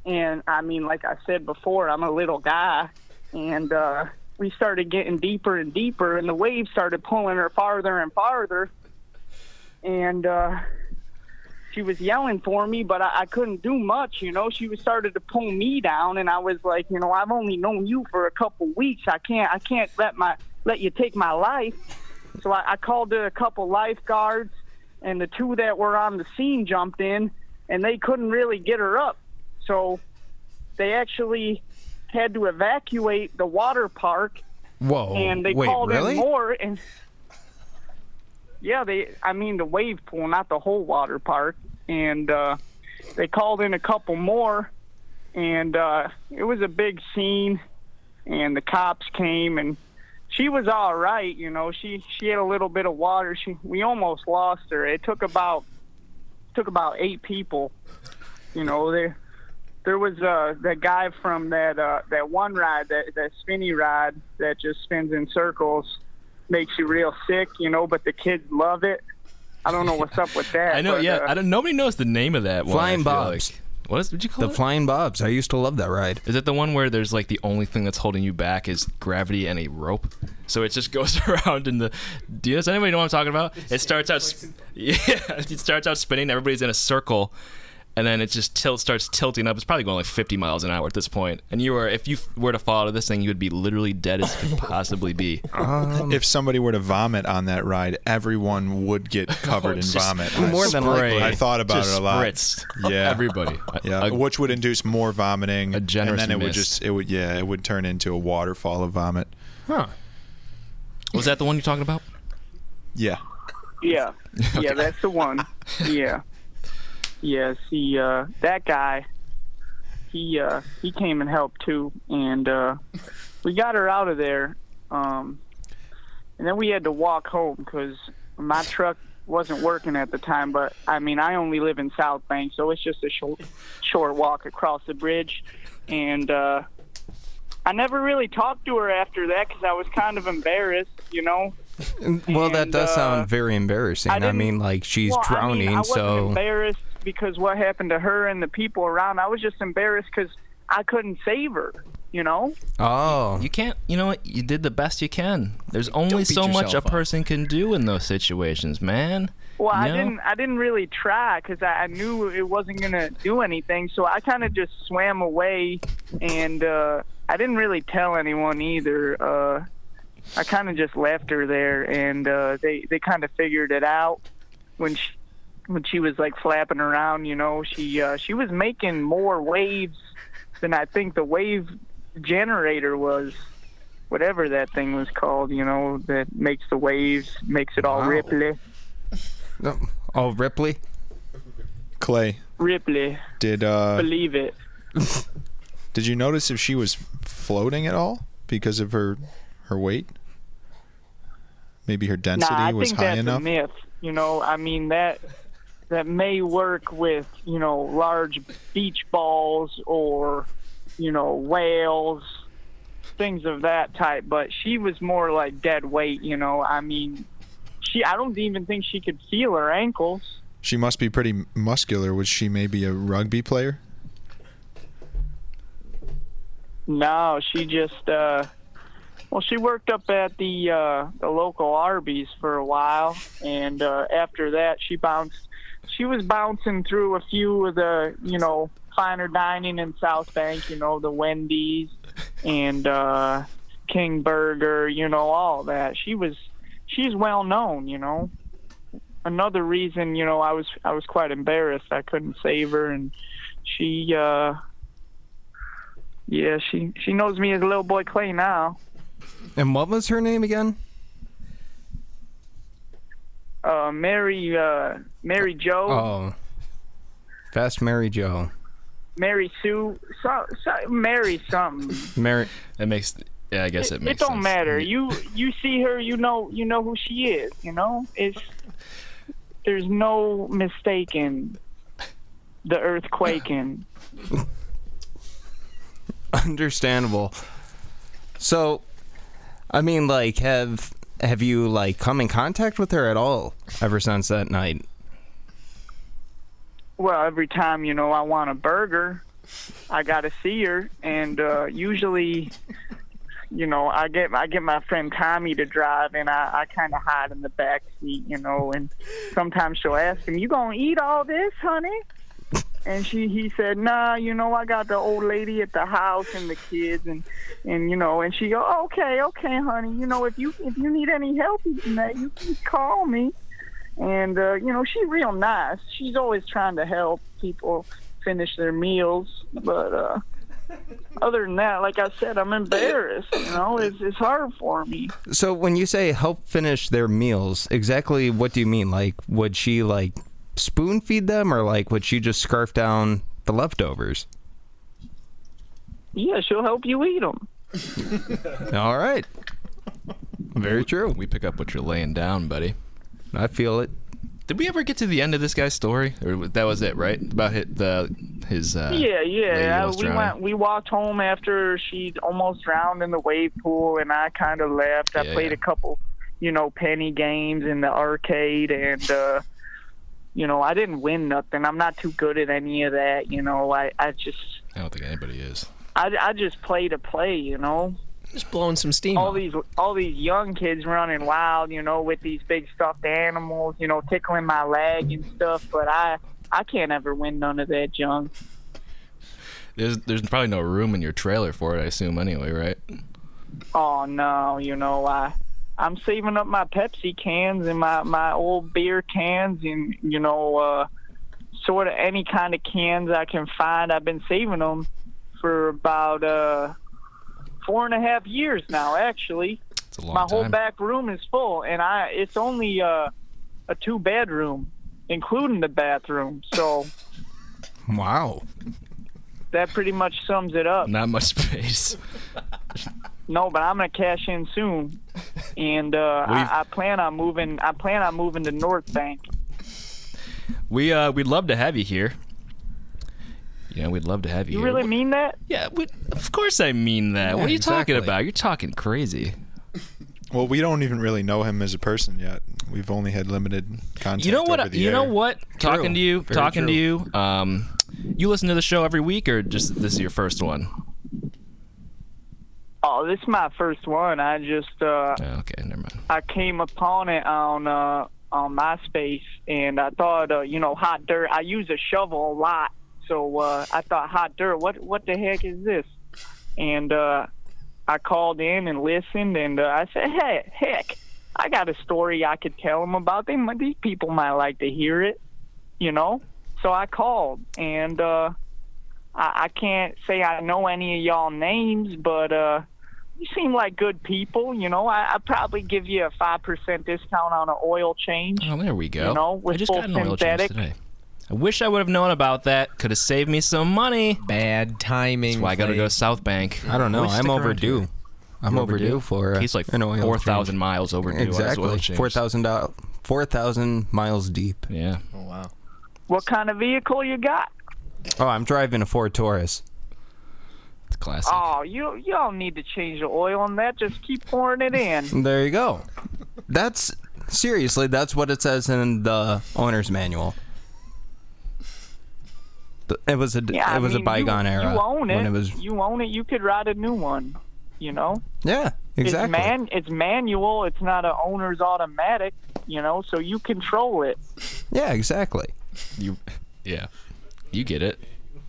Speaker 1: and I mean, like I said before, I'm a little guy, and uh, we started getting deeper and deeper, and the waves started pulling her farther and farther. And uh, she was yelling for me, but I, I couldn't do much, you know. She was started to pull me down, and I was like, you know, I've only known you for a couple weeks. I can't, I can't let my let you take my life. So I, I called in a couple lifeguards, and the two that were on the scene jumped in, and they couldn't really get her up. So they actually had to evacuate the water park,
Speaker 6: Whoa.
Speaker 1: and they
Speaker 6: Oh, wait,
Speaker 1: called
Speaker 6: really?
Speaker 1: in more. And yeah, they, I mean, the wave pool, not the whole water park. And uh, they called in a couple more, and uh, it was a big scene. And the cops came, and she was all right. You know, she she had a little bit of water. She we almost lost her. It took about took about eight people. You know, there there was uh that guy from that uh that one ride that that spinny ride that just spins in circles, makes you real sick. You know, but the kids love it. I don't know what's up
Speaker 5: [laughs]
Speaker 1: with that.
Speaker 5: I know.
Speaker 1: but,
Speaker 5: yeah,
Speaker 1: uh,
Speaker 5: I don't. Nobody knows the name of that one. I
Speaker 6: Flying
Speaker 5: feel
Speaker 6: Bobs.
Speaker 5: like. What is? Would you call
Speaker 6: The
Speaker 5: it?
Speaker 6: Flying Bobs. I used to love that ride.
Speaker 5: Is it the one where there's like the only thing that's holding you back is gravity and a rope? So it just [laughs] goes around in the. Do you, does anybody know what I'm talking about? It starts out, sp- [laughs] yeah, it starts out spinning. Everybody's in a circle, and then it just tilt starts tilting up. It's probably going like 50 miles an hour at this point. And you are, if you f- were to fall out of this thing, you would be literally dead as could possibly
Speaker 7: [laughs]
Speaker 5: be.
Speaker 7: Uh-huh. if somebody were to vomit on that ride, everyone would
Speaker 5: [laughs]
Speaker 7: get covered in
Speaker 5: Oh, Just
Speaker 7: vomit.
Speaker 6: More than likely.
Speaker 7: I thought about
Speaker 5: Just
Speaker 7: it a lot.
Speaker 5: spritz.
Speaker 7: Yeah.
Speaker 5: everybody. Uh, I-
Speaker 7: Yeah,
Speaker 5: I-
Speaker 7: which would induce more vomiting,
Speaker 5: A generous
Speaker 7: and then it would
Speaker 5: mist.
Speaker 7: just it would yeah it would turn into a waterfall of vomit.
Speaker 6: Huh.
Speaker 5: was that the one you're talking about?
Speaker 7: Yeah,
Speaker 1: Yeah. Yeah, that's the one. Yeah. Yeah, see uh that guy he uh he came and helped too and uh we got her out of there um and then we had to walk home cuz my truck wasn't working at the time but I mean I only live in South Bank so it's just a short short walk across the bridge and uh I never really talked to her after that cuz I was kind of embarrassed, you know.
Speaker 6: Well, that
Speaker 1: And,
Speaker 6: does
Speaker 1: uh,
Speaker 6: sound very embarrassing.
Speaker 1: I
Speaker 6: I,
Speaker 1: didn't-
Speaker 6: mean, like she's
Speaker 1: Well,
Speaker 6: drowning,
Speaker 1: I, mean, I wasn't
Speaker 6: so
Speaker 1: embarrassed because what happened to her and the people around. I was just embarrassed because I couldn't save her. You know?
Speaker 6: oh,
Speaker 5: You can't. You know what? You did the best you can. There's only
Speaker 8: beat
Speaker 5: so much a
Speaker 8: yourself up.
Speaker 5: person can do in those situations, man.
Speaker 1: Well, I
Speaker 5: No.
Speaker 1: didn't. I didn't really try because I, I knew it wasn't gonna do anything. So I kind of just swam away, and uh, I didn't really tell anyone either. Uh, I kind of just left her there, and uh, they they kind of figured it out when she when she was like flapping around. You know, she uh, she was making more waves than I think the wave generator was. Whatever that thing was called, you know, that makes the waves, makes it all
Speaker 6: Wow.
Speaker 1: ripply.
Speaker 6: No. oh Ripley.
Speaker 7: Clay,
Speaker 1: Ripley,
Speaker 7: did uh
Speaker 1: believe it.
Speaker 7: did you notice if she was floating at all because of her her weight? Maybe her
Speaker 1: Nah,
Speaker 7: density
Speaker 1: I
Speaker 7: was
Speaker 1: think
Speaker 7: high
Speaker 1: that's a
Speaker 7: enough.
Speaker 1: myth. You know, I mean that that may work with you know large beach balls or you know whales, things of that type. But she was more like dead weight. You know, I mean, she. I don't even think she could feel her ankles.
Speaker 7: She must be pretty muscular. Was she maybe a rugby player?
Speaker 1: No, she just uh well she worked up at the uh the local Arby's for a while and uh after that she bounced she was bouncing through a few of the, you know, finer dining in South Bank, you know, the Wendy's and uh King Burger, you know, all that. She was she's well known, you know. Another reason, you know, I was I was quite embarrassed. I couldn't save her and she uh yeah, she she knows me as little boy Clay now.
Speaker 6: And what was her name again?
Speaker 1: Uh, Mary uh, Mary Joe,
Speaker 6: Oh, Fast Mary [laughs] Joe.
Speaker 1: Mary Sue, so, so, Mary
Speaker 5: [laughs]
Speaker 1: something.
Speaker 6: Mary.
Speaker 5: That makes. Yeah, I guess it,
Speaker 1: It,
Speaker 5: makes.
Speaker 1: don't
Speaker 5: sense. Mm.
Speaker 1: matter. You you see her, you know you know who she is. You know it's there's no mistaking the earthquaking.
Speaker 6: Understandable. So, I mean, like, have have you like come in contact with her at all ever since that night?
Speaker 1: Well, every time you know I want a burger, I gotta see her, and uh, usually, you know, I get I get my friend Tommy to drive, and I, I kind of hide in the back seat, you know, and sometimes she'll ask him, "You gonna eat all this, honey?" And she he said, "Nah, you know, I got the old lady at the house and the kids, and and you know, and she go, okay, okay, honey, you know, if you if you need any help, you know, you can call me." and uh, you know she's real nice. She's always trying to help people finish their meals, but uh, other than that, like I said, I'm embarrassed. You know, it's it's hard for me.
Speaker 6: So when you say help finish their meals, exactly what do you mean? Like would she like spoon feed them or like would she just scarf down the leftovers?
Speaker 1: Yeah, she'll help you eat them.
Speaker 6: All right. Very true.
Speaker 5: We pick up what you're laying down, buddy.
Speaker 6: I feel it.
Speaker 5: Did we ever get to the end of this guy's story? Or wa- that was it, right? About his, the his uh,
Speaker 1: Yeah,
Speaker 5: lady
Speaker 1: yeah.
Speaker 5: almost
Speaker 1: we
Speaker 5: drowning.
Speaker 1: went. We walked home after she almost drowned in the wave pool, and I kind of left. I
Speaker 5: Yeah,
Speaker 1: played
Speaker 5: yeah.
Speaker 1: a couple, you know, penny games in the arcade, and uh, you know, I didn't win nothing. I'm not too good at any of that. You know, I I just
Speaker 5: I don't think anybody is.
Speaker 1: I, I just play to play. You know,
Speaker 8: Just blowing some steam.
Speaker 1: all
Speaker 8: off.
Speaker 1: these all these young kids running wild, you know, with these big stuffed animals, you know, tickling my leg and stuff. But I I can't ever win none of that junk.
Speaker 5: There's there's probably no room in your trailer for it, I assume anyway, right?
Speaker 1: Oh no, you know I I'm saving up my Pepsi cans and my my old beer cans and you know uh, sort of any kind of cans I can find. I've been saving them for about uh, four and a half years now, actually.
Speaker 5: It's a long
Speaker 1: my
Speaker 5: time.
Speaker 1: whole back room is full and i it's only uh, a two bedroom including the bathroom
Speaker 5: [laughs]
Speaker 1: so
Speaker 6: Wow.
Speaker 1: that pretty much sums it up
Speaker 5: Not much [laughs] space.
Speaker 1: no but i'm gonna cash in soon and uh,
Speaker 5: We've-
Speaker 1: I, I plan on moving i plan on moving to north bank
Speaker 5: We uh we'd love to have you here. You know, we'd love to have you.
Speaker 1: you
Speaker 5: here.
Speaker 1: really mean that
Speaker 5: Yeah, we, of course I mean that. what are you
Speaker 6: exactly.
Speaker 5: talking about? You're talking crazy.
Speaker 7: Well, we don't even really know him as a person yet. We've only had limited contact.
Speaker 5: You know what?
Speaker 7: over the
Speaker 5: you know
Speaker 7: air.
Speaker 5: what? Talking to you,
Speaker 6: Very
Speaker 5: talking to you. Um, you listen to the show every week, or just this is your first one?
Speaker 1: oh this is my first one i just uh,
Speaker 5: Oh, okay, never mind.
Speaker 1: I came upon it on uh, on MySpace, and I thought, uh, you know, hot dirt. I use a shovel a lot, so uh, I thought, hot dirt. What what the heck is this? And uh, I called in and listened, and uh, I said, hey, heck, I got a story I could tell them about. They might, these people might like to hear it, you know. So I called, and uh, I, I can't say I know any of y'all names, but. Uh, you seem like good people. You know, I, I probably give you a five percent discount on an oil change.
Speaker 5: Oh, there we go.
Speaker 1: You know, with
Speaker 5: I just got an
Speaker 1: full
Speaker 5: oil change
Speaker 1: synthetic.
Speaker 5: today. I wish I would have known about that. Could have saved me some money.
Speaker 8: Bad timing.
Speaker 5: That's why I got to
Speaker 8: Clay.
Speaker 5: go to South Bank.
Speaker 6: I don't know.
Speaker 5: Always
Speaker 6: I'm
Speaker 5: stick around
Speaker 6: overdue.
Speaker 5: here.
Speaker 6: I'm overdue, for uh,
Speaker 5: He's like
Speaker 6: an oil change.
Speaker 5: four thousand miles overdue. on his oil
Speaker 6: Exactly.
Speaker 5: change.
Speaker 6: Four thousand dollars. Four thousand miles deep.
Speaker 5: Yeah.
Speaker 8: Oh wow.
Speaker 1: What kind of vehicle you got?
Speaker 6: Oh, I'm driving a Ford Taurus.
Speaker 5: It's classic.
Speaker 1: Oh, you you don't need to change the oil on that. Just keep pouring it
Speaker 6: [laughs]
Speaker 1: in.
Speaker 6: There you go. That's seriously. That's what it says in the owner's manual. The- It was a
Speaker 1: Yeah, I
Speaker 6: it was
Speaker 1: mean,
Speaker 6: a bygone
Speaker 1: you,
Speaker 6: era
Speaker 1: You own
Speaker 6: when
Speaker 1: it.
Speaker 6: it was
Speaker 1: You own it. You could ride a new one. You know,
Speaker 6: yeah exactly
Speaker 1: it's man, it's manual. It's not an owner's automatic. You know, so you control it.
Speaker 6: yeah exactly
Speaker 5: You, yeah, you get it.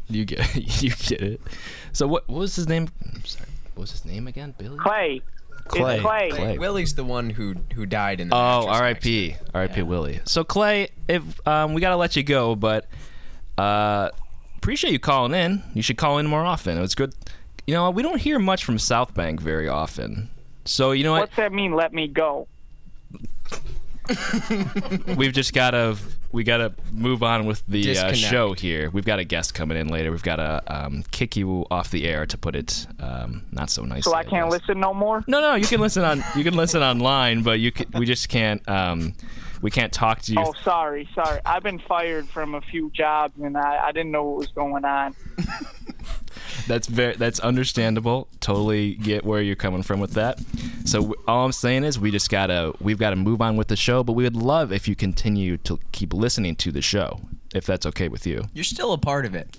Speaker 5: You get [laughs] you get it. So what what was his name? I'm sorry, what was his name again? Billy.
Speaker 1: Clay,
Speaker 6: Clay
Speaker 1: it's Clay.
Speaker 5: Clay.
Speaker 8: Willie's the one who who died in the.
Speaker 5: Oh,
Speaker 8: mattress
Speaker 5: R.I.P.
Speaker 8: accident.
Speaker 5: R.I.P. Willie. So Clay, if um, we gotta let you go, but uh, appreciate you calling in. You should call in more often. It was good. You know, we don't hear much from South Bank very often. So you know what?
Speaker 1: What's that mean? Let me go.
Speaker 5: We've just gotta we gotta move on with the uh,
Speaker 8: Disconnect.
Speaker 5: show here. We've got a guest coming in later. We've gotta um, kick you off the air to put it um, not so nicely.
Speaker 1: So I
Speaker 5: I
Speaker 1: can't
Speaker 5: guess.
Speaker 1: listen no more.
Speaker 5: No, no, you can listen on you can listen online, but you can, we just can't um, we can't talk to you.
Speaker 1: Oh, sorry, sorry. I've been fired from a few jobs, and I, I didn't know what was going on.
Speaker 5: That's very that's understandable. Totally get where you're coming from with that. So w- all I'm saying is we just gotta we've got to move on with the show. But we would love if you continue to keep listening to the show, if that's okay with you.
Speaker 8: You're still a part of it.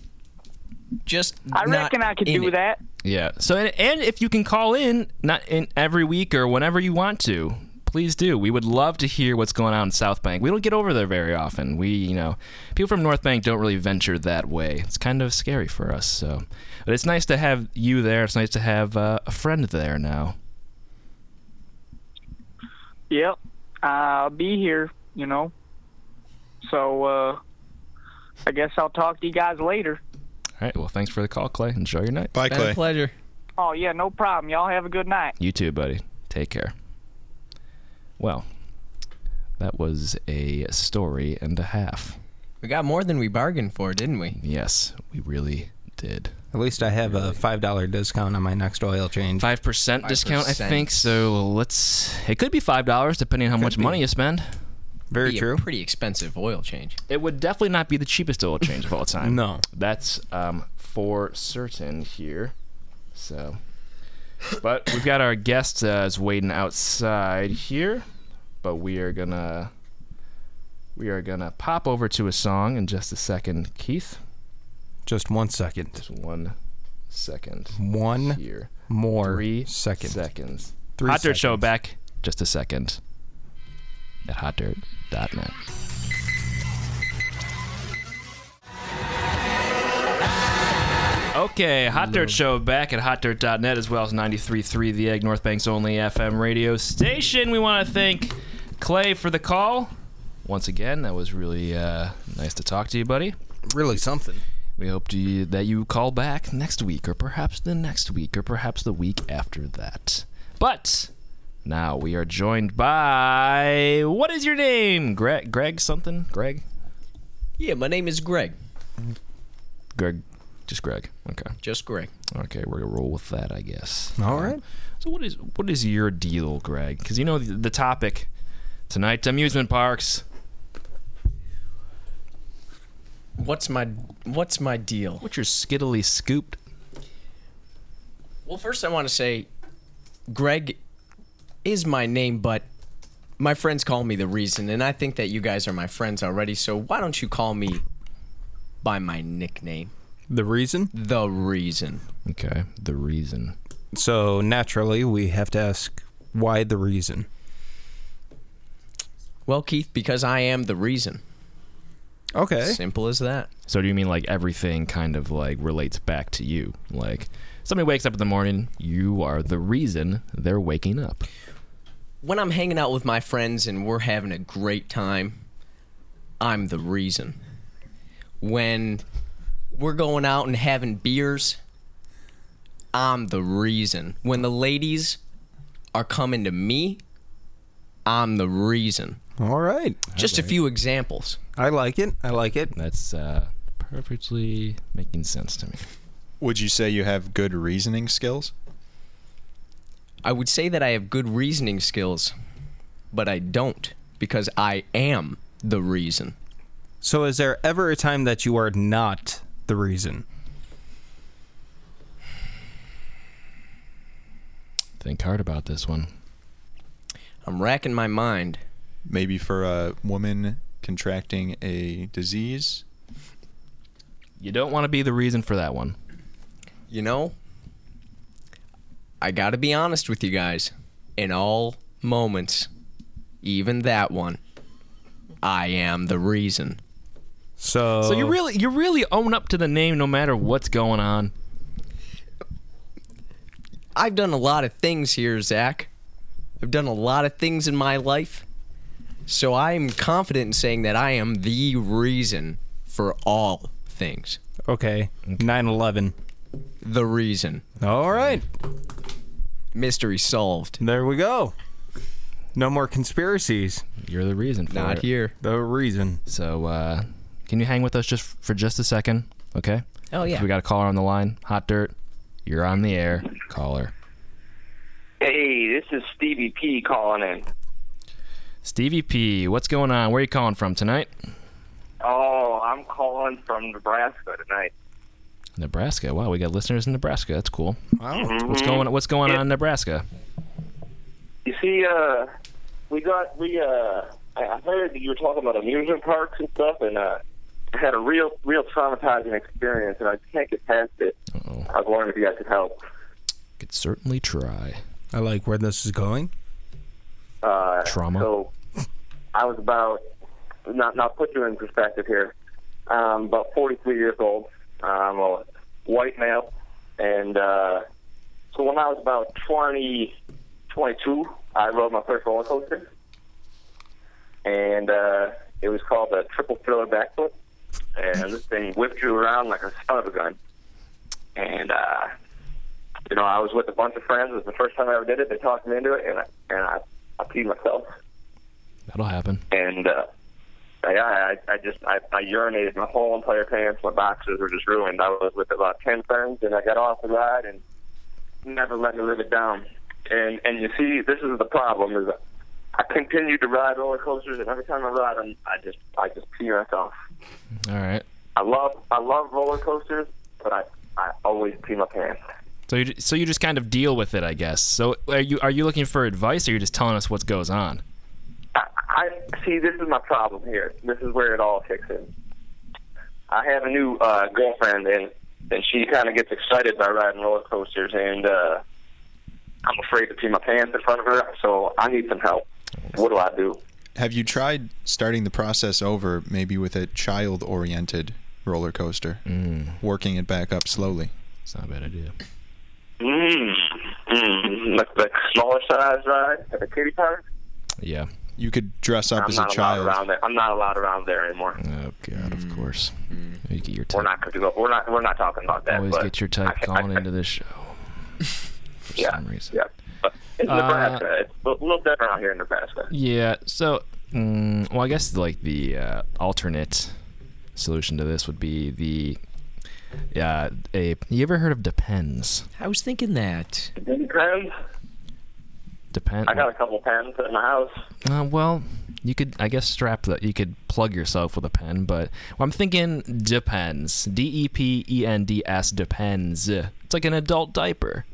Speaker 8: Just
Speaker 1: I
Speaker 8: not
Speaker 1: reckon I could
Speaker 8: in
Speaker 1: do
Speaker 8: it.
Speaker 1: that.
Speaker 5: Yeah. So and, and if you can call in, not in every week or whenever you want to, please do. We would love to hear what's going on in South Bank. We don't get over there very often. We, you know, people from North Bank don't really venture that way. It's kind of scary for us. So, but it's nice to have you there. It's nice to have uh, a friend there now.
Speaker 1: Yep. I'll be here, you know. So uh I guess I'll talk to you guys later.
Speaker 5: All right. Well, thanks for the call, Clay. Enjoy your night.
Speaker 7: Bye,
Speaker 8: Been a
Speaker 7: Clay.
Speaker 8: pleasure.
Speaker 1: Oh yeah, no problem. Y'all have a good night.
Speaker 5: You too, buddy. Take care. Well, that was a story and a half.
Speaker 8: We got more than we bargained for, didn't we?
Speaker 5: Yes, we really did.
Speaker 6: At least I have a five dollar discount on my next oil change.
Speaker 5: Five percent discount, I
Speaker 8: 5%.
Speaker 5: think. So let's. It could be five dollars, depending on how much money you spend.
Speaker 6: Very
Speaker 8: Be a
Speaker 6: true.
Speaker 8: pretty expensive oil change.
Speaker 5: It would definitely not be the cheapest oil change
Speaker 6: [laughs]
Speaker 5: of all time.
Speaker 6: No.
Speaker 5: that's um, for certain here. So, but we've got our guest uh, is waiting outside here, but we are gonna we are gonna pop over to a song in just a second, Keith.
Speaker 6: Just one second.
Speaker 5: Just one second
Speaker 6: One
Speaker 5: here.
Speaker 6: more
Speaker 5: Three
Speaker 6: second.
Speaker 5: seconds.
Speaker 6: Three
Speaker 5: Hot Dirt Show
Speaker 6: seconds.
Speaker 5: back just a second at hotdirt.net. Okay, Hot Dirt Show back at hotdirt.net as well as 93.3 The Egg, North Bank's only FM radio station. We want to thank Clay for the call. Once again, that was really uh, nice to talk to you, buddy.
Speaker 6: Really something.
Speaker 5: We hope to that you call back next week, or perhaps the next week, or perhaps the week after that. But now we are joined by what is your name? Greg, Greg something? Greg,
Speaker 8: Yeah, my name is Greg.
Speaker 5: Greg, just Greg. Okay,
Speaker 8: Just Greg.
Speaker 5: okay, we're gonna roll with that, I guess.
Speaker 6: All right.
Speaker 5: So what is what is your deal, Greg? Because you know the, the topic tonight: amusement parks.
Speaker 8: What's my What's my deal?
Speaker 5: What's your skittily scooped?
Speaker 8: Well, first I want to say, Greg is my name, but my friends call me the reason, and I think that you guys are my friends already. So why don't you call me by my nickname,
Speaker 6: The reason?
Speaker 8: the reason?
Speaker 5: Okay, the reason.
Speaker 6: So naturally, we have to ask why the reason.
Speaker 8: Well, Keith, because I am the reason.
Speaker 6: Okay.
Speaker 8: Simple as that.
Speaker 5: So do you mean like everything kind of like relates back to you? Like somebody wakes up in the morning, you are the reason they're waking up.
Speaker 8: When I'm hanging out with my friends and we're having a great time, I'm the reason. When we're going out and having beers, I'm the reason. When the ladies are coming to me, I'm the reason.
Speaker 6: All right.
Speaker 8: Just a few examples.
Speaker 6: I like it. I like it.
Speaker 5: That's uh, perfectly making sense to me.
Speaker 7: Would you say you have good reasoning skills?
Speaker 8: I would say that I have good reasoning skills, but I don't because I am the reason.
Speaker 6: So, is there ever a time that you are not the reason?
Speaker 5: Think hard about this one.
Speaker 8: I'm racking my mind.
Speaker 7: Maybe for a woman contracting a disease?
Speaker 5: You don't want to be the reason for that one.
Speaker 8: You know, I got to be honest with you guys. In all moments, even that one, I am the reason.
Speaker 6: So,
Speaker 5: So you really you really own up to the name no matter what's going on.
Speaker 8: I've done a lot of things here, Zach. I've done a lot of things in my life. So I am confident in saying that I am the reason for all things.
Speaker 6: okay? Nine eleven.
Speaker 8: The reason.
Speaker 6: All right.
Speaker 8: Mystery solved.
Speaker 6: There we go. No more conspiracies.
Speaker 5: You're the reason for
Speaker 8: Not
Speaker 5: it.
Speaker 8: here.
Speaker 6: The reason.
Speaker 5: So uh, can you hang with us just for just a second? Okay.
Speaker 8: Oh, yeah.
Speaker 5: We got a caller on the line. Hot dirt. You're on the air. Caller.
Speaker 9: Hey, this is Stevie P calling in.
Speaker 5: Stevie P, what's going on? Where are you calling from tonight?
Speaker 9: Oh, I'm calling from Nebraska tonight.
Speaker 5: Nebraska. Wow, we got listeners in Nebraska. That's cool.
Speaker 6: Wow.
Speaker 5: What's going What's going on in Nebraska?
Speaker 9: See, uh, we got we uh, I I heard that you were talking about amusement parks and stuff, and uh, I had a real real traumatizing experience, and I can't get past it.
Speaker 5: Uh-oh.
Speaker 9: I was wondering if you guys could help.
Speaker 5: Could certainly try.
Speaker 6: I like where this is going.
Speaker 9: Uh,
Speaker 5: Trauma.
Speaker 9: So I was about not not put you in perspective here. Um, about 43 years old. I'm a white male, and uh, so when I was about 20, 22, I rode my first roller coaster, and uh, it was called the Triple Thriller Backflip, and this thing whipped you around like a son of a gun, and. Uh, you know, I was with a bunch of friends. It was the first time I ever did it. They talked me into it, and I, and I, I peed myself.
Speaker 5: That'll happen.
Speaker 9: And uh, I, I, I just, I, I urinated my whole entire pants. My boxers were just ruined. I was with about ten friends, and I got off the ride and never let me live it down. And and you see, this is the problem: is I continued to ride roller coasters, and every time I ride them, I just, I just pee myself.
Speaker 5: All right.
Speaker 9: I love, I love roller coasters, but I, I always pee my pants.
Speaker 5: So you ju- so you just kind of deal with it, I guess. So are you are you looking for advice, or you are just telling us what goes on?
Speaker 9: I, I see. This is my problem here. This is where it all kicks in. I have a new uh, girlfriend, and and she kind of gets excited by riding roller coasters, and uh, I'm afraid to pee my pants in front of her, so I need some help. What do I do?
Speaker 7: Have you tried starting the process over, maybe with a child-oriented roller coaster, working it back up slowly?
Speaker 5: It's not a bad idea.
Speaker 9: Mm, mm, like the smaller size ride at the kitty park.
Speaker 5: Yeah.
Speaker 7: You could dress up
Speaker 9: I'm
Speaker 7: as a
Speaker 9: not allowed
Speaker 7: child.
Speaker 9: around there. I'm not allowed around there anymore.
Speaker 5: Oh God, of course. You get your tech,
Speaker 9: We're not going to go. We're not. We're not talking about that.
Speaker 5: always
Speaker 9: but
Speaker 5: get your
Speaker 9: I
Speaker 5: type
Speaker 9: can't- I
Speaker 5: calling
Speaker 9: can't-
Speaker 5: into this show. For
Speaker 9: Yeah,
Speaker 5: some reason. Uh,
Speaker 9: Yeah. But It's Nebraska. it's a little different out here in Nebraska.
Speaker 5: Yeah. So, mm, well, I guess like the uh, alternate solution to this would be the. Yeah, a you ever heard of depends?
Speaker 8: I was thinking that.
Speaker 9: Depends.
Speaker 5: Depend.
Speaker 9: I got a couple pens in my house.
Speaker 5: Uh, well, you could, I guess, strap that. You could plug yourself with a pen, but well, I'm thinking depends. D E P E N D S depends. It's like an adult diaper.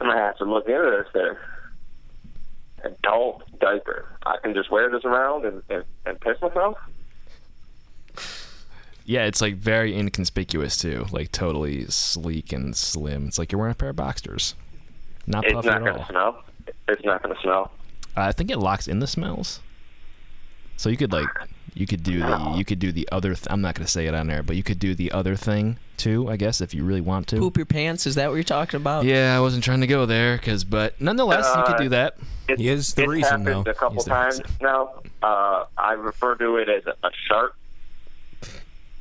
Speaker 9: I'm gonna have to look into this there. Adult diaper. I can just wear this around and, and, and piss myself?
Speaker 5: Yeah, it's like very inconspicuous too. Like totally sleek and slim. It's like you're wearing a pair of boxers. Not
Speaker 9: It's
Speaker 5: puffy
Speaker 9: not
Speaker 5: at
Speaker 9: gonna
Speaker 5: all.
Speaker 9: smell. It's not gonna smell.
Speaker 5: Uh, I think it locks in the smells. So you could like, you could do the, you could do the other. Th- I'm not gonna say it on air, but you could do the other thing too. I guess if you really want to.
Speaker 8: Poop your pants? Is that what you're talking about?
Speaker 5: Yeah, I wasn't trying to go there, cause but nonetheless, you could
Speaker 9: Uh,
Speaker 5: do that.
Speaker 9: It,
Speaker 6: He is the
Speaker 9: it's
Speaker 6: reason,
Speaker 9: happened
Speaker 6: though.
Speaker 9: a couple
Speaker 5: He's the
Speaker 9: times
Speaker 5: reason.
Speaker 9: now. Uh, I refer to it as a shark.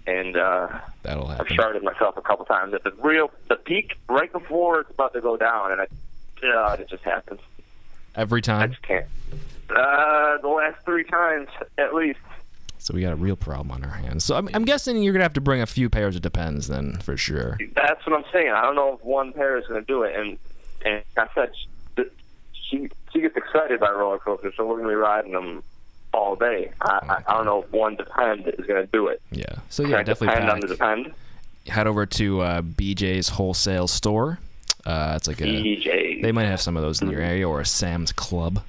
Speaker 9: And uh,
Speaker 5: That'll
Speaker 9: I've
Speaker 5: happen.
Speaker 9: sharted myself a couple times at the real the peak right before it's about to go down and I God, it just happens.
Speaker 5: Every
Speaker 9: I
Speaker 5: time.
Speaker 9: just can't. Uh, the last three times at least.
Speaker 5: So we got a real problem on our hands. So I'm, I'm guessing you're gonna have to bring a few pairs of depends then for sure.
Speaker 9: That's what I'm saying. I don't know if one pair is going to do it. And and I said she- she she gets excited by roller coasters, so we're going to be riding them all day. I I, I don't know if one depend is going to do it.
Speaker 5: Yeah. So
Speaker 9: Can
Speaker 5: yeah,
Speaker 9: I
Speaker 5: definitely
Speaker 9: depend on
Speaker 5: pack.
Speaker 9: the depend.
Speaker 5: Head over to uh, BJ's wholesale store. Uh, it's like a
Speaker 9: EJ.
Speaker 5: they might have some of those in your area or a Sam's Club.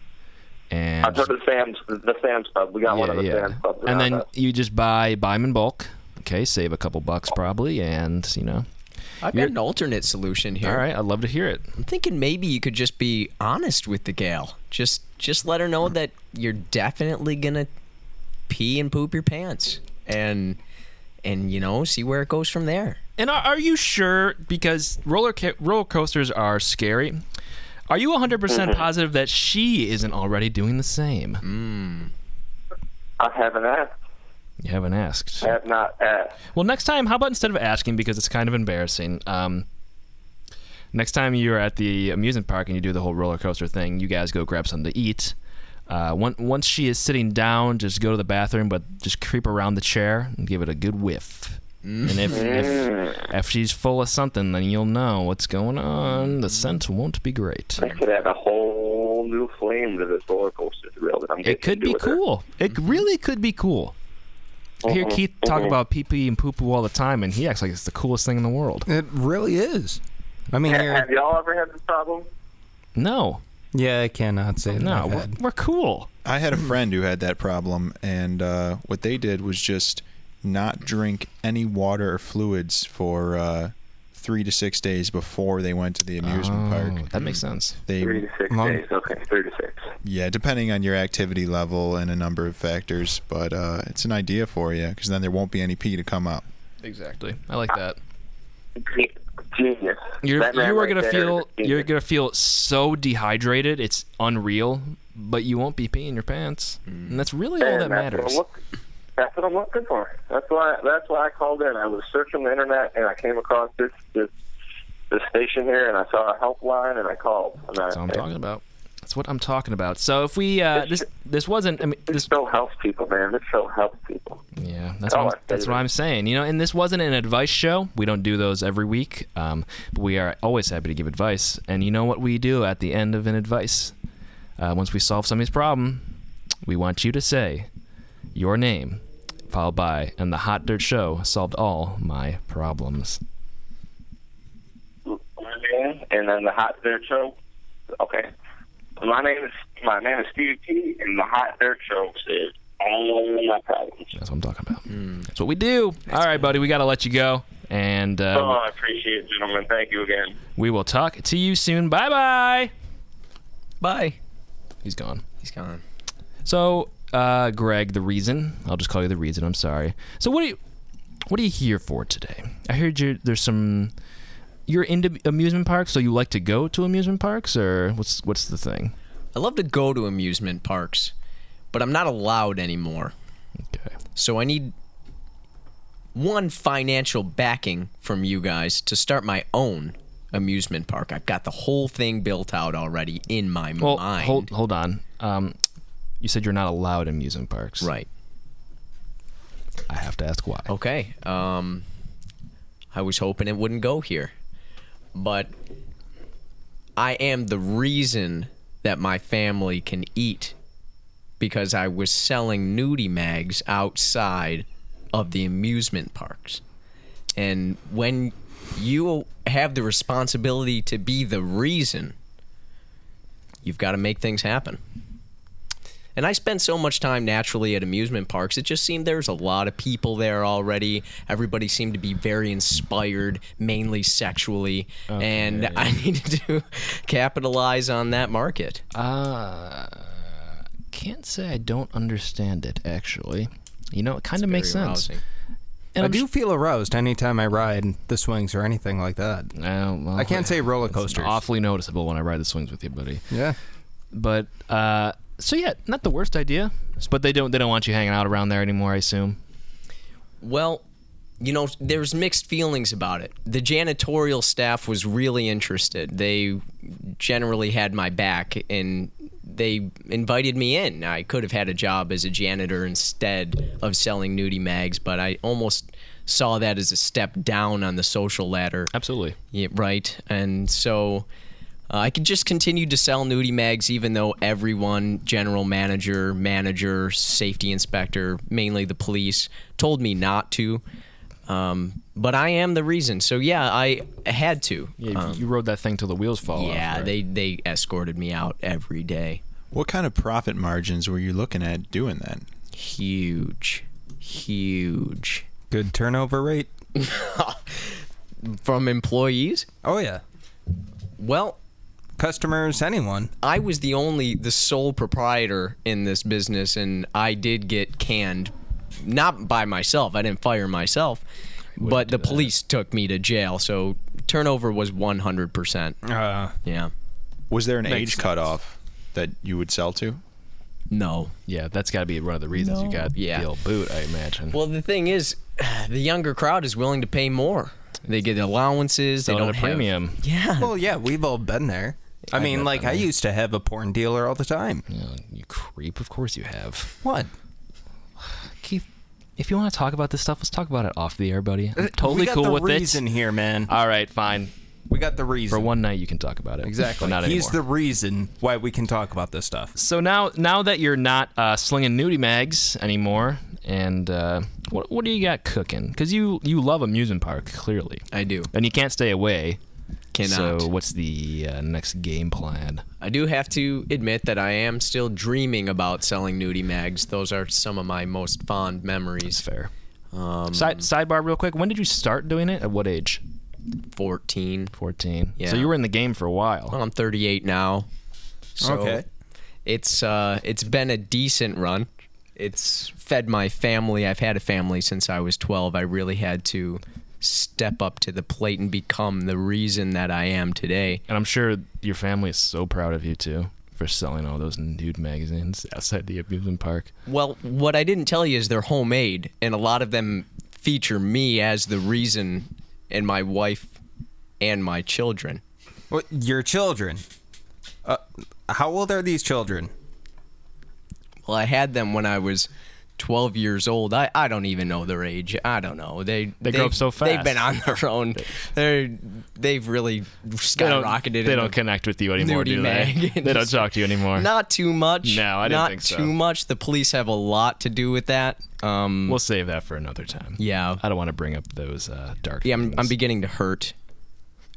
Speaker 5: And
Speaker 9: I've heard of the Sam's the Sam's Club. We got one of the Sam's Clubs.
Speaker 5: And
Speaker 9: around
Speaker 5: then
Speaker 9: us.
Speaker 5: you just buy buy 'em in bulk. Okay, save a couple bucks probably, and you know,
Speaker 8: I've got an alternate solution here.
Speaker 5: all right, I'd love to hear it.
Speaker 8: I'm thinking maybe you could just be honest with the gal. Just just let her know that you're definitely gonna pee and poop your pants, and and you know see where it goes from there.
Speaker 5: And are, are you sure? Because roller ca- roller coasters are scary. Are you 100% percent positive that she isn't already doing the same?
Speaker 9: I haven't asked.
Speaker 5: You haven't asked.
Speaker 9: I have not asked.
Speaker 5: Well, next time, how about instead of asking because it's kind of embarrassing? Um, next time you're at the amusement park and you do the whole roller coaster thing, you guys go grab something to eat. Uh, on- once she is sitting down, just go to the bathroom, but just creep around the chair and give it a good whiff. And if, if if she's full of something, then you'll know what's going on. The scent won't be great.
Speaker 9: I could add a whole new flame to this roller coaster thrill that I'm getting
Speaker 5: It could
Speaker 9: to
Speaker 5: be
Speaker 9: with her.
Speaker 5: cool. It really could be cool. I hear Keith talk about pee pee and poo poo all the time, and he acts like it's the coolest thing in the world.
Speaker 6: It really is. I mean,
Speaker 9: Ha- Have
Speaker 6: you're,
Speaker 9: y'all ever had this problem?
Speaker 5: No.
Speaker 6: Yeah, I cannot say that.
Speaker 5: No,
Speaker 6: I've
Speaker 5: we're,
Speaker 6: had-
Speaker 5: we're cool.
Speaker 7: I had a friend who had that problem, and uh, what they did was just not drink any water or fluids for uh, three to six days before they went to the amusement
Speaker 5: Oh,
Speaker 7: park.
Speaker 5: That makes sense.
Speaker 9: Three
Speaker 7: They,
Speaker 9: to six
Speaker 6: Long-
Speaker 9: days. Okay, three to six.
Speaker 7: yeah, depending on your activity level and a number of factors, but uh, it's an idea for you because then there won't be any pee to come out.
Speaker 5: Exactly. I like that.
Speaker 9: Ge- Genius.
Speaker 5: You're
Speaker 9: That man
Speaker 5: you are
Speaker 9: right
Speaker 5: gonna
Speaker 9: there is
Speaker 5: feel
Speaker 9: a
Speaker 5: you're
Speaker 9: genius.
Speaker 5: gonna feel so dehydrated, it's unreal. But you won't be peeing your pants, and that's really all
Speaker 9: And
Speaker 5: that
Speaker 9: that's what I'm
Speaker 5: matters.
Speaker 9: look- That's what I'm looking for. That's why. That's why I called in. I was searching the internet and I came across this this this station here and I saw a helpline and I called. And
Speaker 5: That's
Speaker 9: I,
Speaker 5: what I'm talking about. That's what I'm talking about. So if we uh, this this wasn't I mean
Speaker 9: This
Speaker 5: this
Speaker 9: show helps people, man. This show helps people.
Speaker 5: Yeah, that's what
Speaker 9: Oh,
Speaker 5: I'm,
Speaker 9: I see
Speaker 5: that's what
Speaker 9: that.
Speaker 5: I'm saying. You know, and this wasn't an advice show. We don't do those every week, um, but we are always happy to give advice. And you know what we do at the end of an advice? Uh, once we solve somebody's problem, we want you to say your name, followed by, and the Hot Dirt Show solved all my problems.
Speaker 9: And then the Hot Dirt Show. Okay. My name is my name is Stevie P, and the Hot Dirt Show is all my problems.
Speaker 5: That's what I'm talking about. That's what we do. all right, buddy, we got to let you go. And uh,
Speaker 9: Oh, I appreciate it, gentlemen. Thank you again.
Speaker 5: we will talk to you soon. Bye bye.
Speaker 8: Bye.
Speaker 5: He's gone.
Speaker 8: He's gone.
Speaker 5: So, uh, Greg, the reason I'll just call you the reason. I'm sorry. So, what are you what are you here for today? I heard you there's some you're into amusement parks, so you like to go to amusement parks, or what's what's the thing?
Speaker 8: I love to go to amusement parks, but I'm not allowed anymore.
Speaker 5: Okay.
Speaker 8: So I need one financial backing from you guys to start my own amusement park. I've got the whole thing built out already in my
Speaker 5: Well,
Speaker 8: mind.
Speaker 5: hold hold on. Um, you said you're not allowed amusement parks.
Speaker 8: Right.
Speaker 5: I have to ask why.
Speaker 8: Okay. Um, I was hoping it wouldn't go here, but I am the reason that my family can eat because I was selling nudie mags outside of the amusement parks. And when you have the responsibility to be the reason, you've got to make things happen. And I spend so much time naturally at amusement parks. It just seemed there's a lot of people there already. Everybody seemed to be very inspired, mainly sexually. and I [laughs] needed to capitalize on that market.
Speaker 5: Uh, can't say I don't understand it actually. You know, it kind of makes
Speaker 8: Very
Speaker 5: sense.
Speaker 8: arousing.
Speaker 5: And
Speaker 6: I
Speaker 5: I'm
Speaker 6: do feel aroused anytime I ride the swings or anything like that.
Speaker 5: sh- uh, well,
Speaker 6: I can't say roller
Speaker 5: it's
Speaker 6: coasters.
Speaker 5: Awfully noticeable when I ride the swings with you, buddy.
Speaker 6: Yeah.
Speaker 5: But uh, so yeah, not the worst idea. But they don't they don't want you hanging out around there anymore. I assume.
Speaker 8: Well, you know, there's mixed feelings about it. The janitorial staff was really interested. They generally had my back and they invited me in. I could have had a job as a janitor instead of selling nudie mags, but I almost saw that as a step down on the social ladder.
Speaker 5: Absolutely.
Speaker 8: Yeah, right. And so uh, I could just continue to sell nudie mags, even though everyone, general manager, manager, safety inspector, mainly the police, told me not to. Um, but I am the reason. So yeah, I had to.
Speaker 5: Yeah,
Speaker 8: Um,
Speaker 5: you rode that thing till the wheels fall off.
Speaker 8: yeah,
Speaker 5: right?
Speaker 8: they they escorted me out every day.
Speaker 7: What kind of profit margins were you looking at doing that?
Speaker 8: Huge, huge [laughs]
Speaker 6: Good turnover rate.
Speaker 8: from employees.
Speaker 6: Oh yeah.
Speaker 8: Well,
Speaker 6: Customers, anyone.
Speaker 8: I was the only, the sole proprietor in this business, and I did get canned, not by myself. I didn't fire myself, but the police took me to jail. So turnover was 100%.
Speaker 6: Uh,
Speaker 8: Yeah.
Speaker 7: Was there an
Speaker 6: Makes
Speaker 7: age
Speaker 6: sense.
Speaker 7: cutoff that you would sell to?
Speaker 8: No.
Speaker 5: Yeah, that's got to be one of the reasons you got
Speaker 8: Yeah.
Speaker 5: the old boot, I imagine.
Speaker 8: Well, the thing is, [sighs] the younger crowd is willing to pay more. They get allowances. They
Speaker 5: Selling
Speaker 8: don't
Speaker 5: at a
Speaker 8: have
Speaker 5: premium.
Speaker 8: Yeah.
Speaker 6: well, yeah, we've all been there. I mean, like I used to have a porn dealer all the time.
Speaker 5: Oh, you creep. Of course you have.
Speaker 6: What?
Speaker 5: Keith, if you want to talk about this stuff, let's talk about it off the air, buddy. I'm
Speaker 6: Uh,
Speaker 5: totally
Speaker 6: we got
Speaker 5: cool
Speaker 6: the
Speaker 5: with
Speaker 6: reason
Speaker 5: it.
Speaker 6: here, man.
Speaker 5: All right, fine.
Speaker 6: we got the reason.
Speaker 5: For one night, you can talk about it.
Speaker 6: exactly.
Speaker 5: But not
Speaker 6: He's
Speaker 5: anymore.
Speaker 6: the reason why we can talk about this stuff.
Speaker 5: so now now that you're not uh, slinging nudie mags anymore, and uh, what what do you got cooking? Because you you love amusement park clearly,
Speaker 8: I do.
Speaker 5: and you can't stay away.
Speaker 8: Cannot.
Speaker 5: So, what's the uh, next game plan?
Speaker 8: I do have to admit that I am still dreaming about selling nudie mags. Those are some of my most fond memories.
Speaker 5: Fair.
Speaker 8: Um,
Speaker 5: Side, sidebar, real quick. When did you start doing it? At what age?
Speaker 8: 14.
Speaker 5: 14.
Speaker 8: Yeah.
Speaker 5: So you were in the game for a while.
Speaker 8: Well, I'm 38 now. So
Speaker 6: Okay.
Speaker 8: It's uh, it's been a decent run. It's fed my family. I've had a family since I was 12. I really had to step up to the plate and become the reason that I am today.
Speaker 5: And I'm sure your family is so proud of you too for selling all those nude magazines outside the amusement park.
Speaker 8: Well, what I didn't tell you is they're homemade, and a lot of them feature me as the reason, and my wife, and my children.
Speaker 6: What, your children? Uh, how old are these children?
Speaker 8: Well, I had them when I was 12 years old. I, I don't even know their age. I don't know. They
Speaker 5: They grow up so
Speaker 8: They've been on
Speaker 5: [laughs]
Speaker 8: their own. They're they've really
Speaker 5: They don't,
Speaker 8: skyrocketed.
Speaker 5: they
Speaker 8: in
Speaker 5: don't
Speaker 8: the-
Speaker 5: connect with you anymore,
Speaker 8: nudie
Speaker 5: do they? [laughs]
Speaker 8: mag.
Speaker 5: They don't talk to you anymore.
Speaker 8: [laughs] Not too much.
Speaker 5: No, I didn't
Speaker 8: not
Speaker 5: think so.
Speaker 8: too much. The police have a lot to do with that. Um,
Speaker 5: we'll save that for another time.
Speaker 8: yeah,
Speaker 5: I don't want to bring up those uh, dark.
Speaker 8: yeah. I'm, I'm
Speaker 5: things.
Speaker 8: beginning to hurt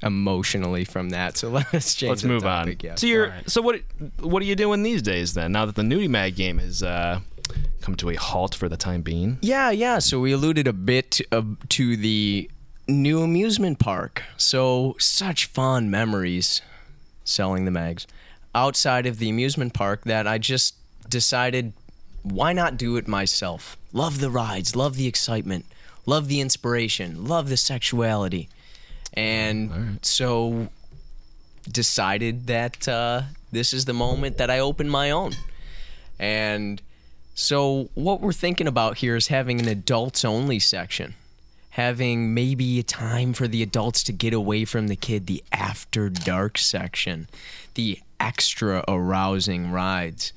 Speaker 8: emotionally from that. So [laughs] let us change.
Speaker 5: Let's
Speaker 8: the
Speaker 5: move on.
Speaker 8: topic, Yeah.
Speaker 5: So you're so what? What are you doing these days then? Now that the nudie mag game has uh, come to a halt for the time being.
Speaker 8: Yeah, yeah. So we alluded a bit uh, to the new amusement park. So such fond memories selling the mags outside of the amusement park that I just decided why not do it myself? Love the rides, love the excitement, love the inspiration, love the sexuality. And so decided that uh, this is the moment that I open my own. And so, what we're thinking about here is having an adults only section, having maybe a time for the adults to get away from the kid, the after dark section, the extra arousing rides.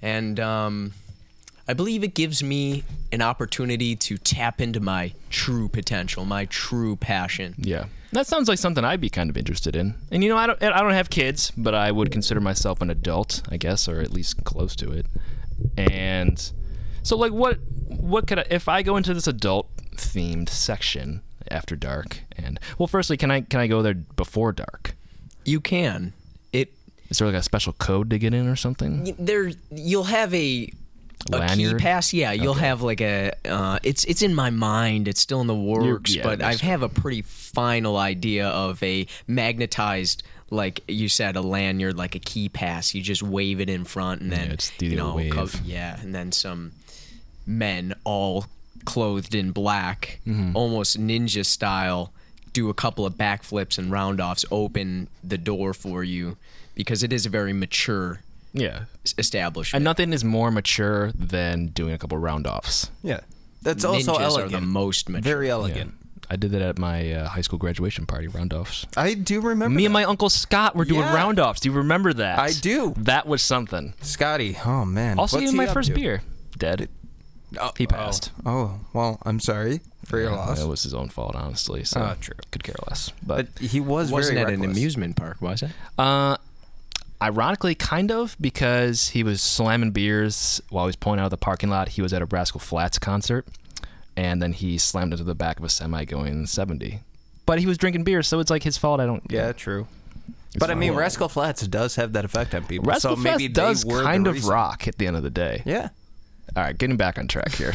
Speaker 8: And um, I believe it gives me an opportunity to tap into my true potential, my true passion.
Speaker 5: Yeah, that sounds like something I'd be kind of interested in. And you know, I don't, I don't have kids, but I would consider myself an adult, I guess, or at least close to it. And so, like, what, what could I, if I go into this adult themed section after dark? And well, firstly, can I, can I go there before dark?
Speaker 8: You can. It
Speaker 5: Is there like a special code to get in or something?
Speaker 8: there you'll have a a
Speaker 5: Lanyard?
Speaker 8: key pass. Yeah, you'll have like a uh, it's it's in my mind. It's still in the works,
Speaker 5: yeah,
Speaker 8: but I
Speaker 5: that's-
Speaker 8: have a pretty final idea of a magnetized like you said a lanyard like a key pass. You just wave it in front and then
Speaker 5: it's the
Speaker 8: you know
Speaker 5: wave.
Speaker 8: co- yeah, and then some men all clothed in black,
Speaker 5: Mm-hmm.
Speaker 8: almost ninja style, do a couple of backflips and roundoffs, open the door for you because it is a very mature
Speaker 5: Yeah,
Speaker 8: s- establishment.
Speaker 5: and nothing is more mature than doing a couple roundoffs.
Speaker 6: Yeah, that's
Speaker 8: Ninjas
Speaker 6: also
Speaker 8: are the
Speaker 6: elegant.
Speaker 8: most mature.
Speaker 6: Very elegant.
Speaker 5: I did that at my uh, high school graduation party roundoffs.
Speaker 6: I do remember
Speaker 5: Me and my uncle Scott were doing
Speaker 6: Yeah.
Speaker 5: roundoffs. Do you remember that?
Speaker 6: I do.
Speaker 5: That was something.
Speaker 6: Scotty. Oh man.
Speaker 5: Also,
Speaker 6: What's
Speaker 5: even
Speaker 6: he
Speaker 5: my
Speaker 6: up
Speaker 5: first
Speaker 6: to? uh,
Speaker 5: beer. Dead. he passed. Uh,
Speaker 6: Oh well, I'm sorry for your loss.
Speaker 5: It was his own fault, honestly. So
Speaker 6: Oh, true.
Speaker 5: Could care less. But
Speaker 6: But he was
Speaker 8: wasn't
Speaker 6: very
Speaker 8: at an
Speaker 6: reckless.
Speaker 8: amusement park, was it?
Speaker 5: uh, ironically, kind of because he was slamming beers while he was pulling out of the parking lot. He was at a Rascal Flats concert, and then he slammed into the back of a semi going 70. But he was drinking beer, so it's like his fault. I don't.
Speaker 6: Yeah, true. but I
Speaker 5: fine.
Speaker 6: mean, Rascal Flats does have that effect on people.
Speaker 5: Rascal
Speaker 6: so maybe
Speaker 5: Flatts
Speaker 6: they
Speaker 5: does
Speaker 6: were the
Speaker 5: kind of
Speaker 6: reason.
Speaker 5: rock at the end of the day.
Speaker 6: Yeah.
Speaker 5: All right, getting back on
Speaker 6: [laughs]
Speaker 5: track here.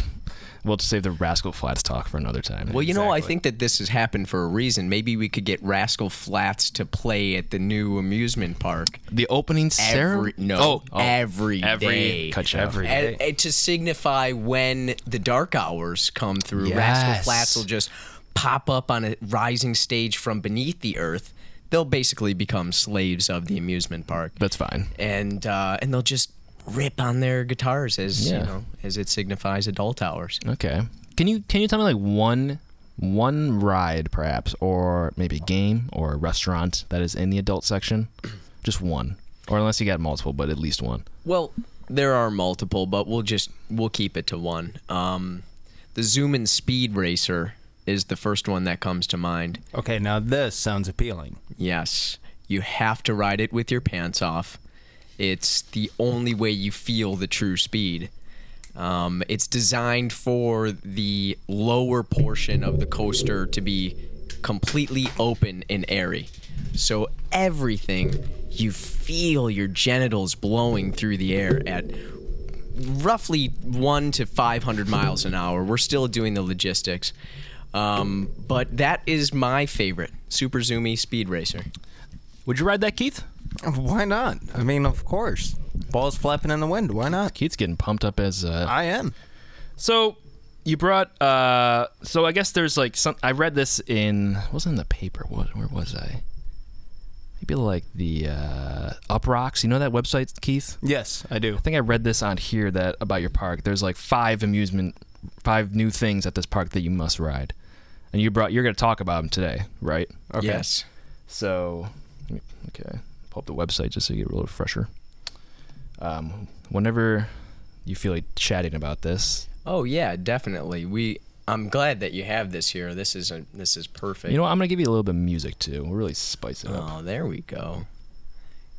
Speaker 5: we'll just save the Rascal Flats talk for another time.
Speaker 8: Well, you know, I think that this has happened for a reason. Maybe we could get Rascal Flats to play at the new amusement park.
Speaker 5: the opening ceremony.
Speaker 8: Every, no,
Speaker 5: oh, oh,
Speaker 8: every
Speaker 5: every
Speaker 8: day.
Speaker 5: cut you off.
Speaker 6: Every
Speaker 8: And-
Speaker 6: day.
Speaker 8: and to signify when the dark hours come through,
Speaker 5: Yes.
Speaker 8: Rascal Flats will just pop up on a rising stage from beneath the earth. They'll basically become slaves of the amusement park.
Speaker 5: That's fine.
Speaker 8: and uh, and they'll just rip on their guitars as
Speaker 5: Yeah.
Speaker 8: you know as it signifies adult hours.
Speaker 5: Okay. Can you can you tell me like one one ride perhaps or maybe game or restaurant that is in the adult section? [clears throat] Just one. Or unless you got multiple, but at least one.
Speaker 8: Well, there are multiple, but we'll just we'll keep it to one. Um, the Zoom and Speed Racer is the first one that comes to mind.
Speaker 6: Okay, now this sounds appealing.
Speaker 8: Yes, you have to ride it with your pants off. It's the only way you feel the true speed. Um, it's designed for the lower portion of the coaster to be completely open and airy. So everything, you feel your genitals blowing through the air at roughly one to 500 miles an hour. We're still doing the logistics. Um, but that is my favorite Super Zoomy Speed Racer.
Speaker 5: Would you ride that, Keith?
Speaker 6: Why not? I mean, of course. Balls flapping in the wind. Why not?
Speaker 5: Keith's getting pumped up as uh,
Speaker 6: I am.
Speaker 5: So you brought uh so I guess there's like some I read this in wasn't in the paper. What where was I? Maybe like the uh Uprocks, you know that website, Keith?
Speaker 6: Yes, I do.
Speaker 5: I think I read this on here that about your park. There's like five amusement five new things at this park that you must ride. And you brought you're going to talk about them today, right? Okay.
Speaker 8: Yes.
Speaker 5: So, let me- okay, pull up the website just so you get a little fresher. Um, whenever you feel like chatting about this,
Speaker 8: Oh yeah, definitely. We I'm glad that you have this here. This is a, this is perfect.
Speaker 5: you know what, I'm gonna give you a little bit of music too. We'll really spice it up.
Speaker 8: Oh, there we go.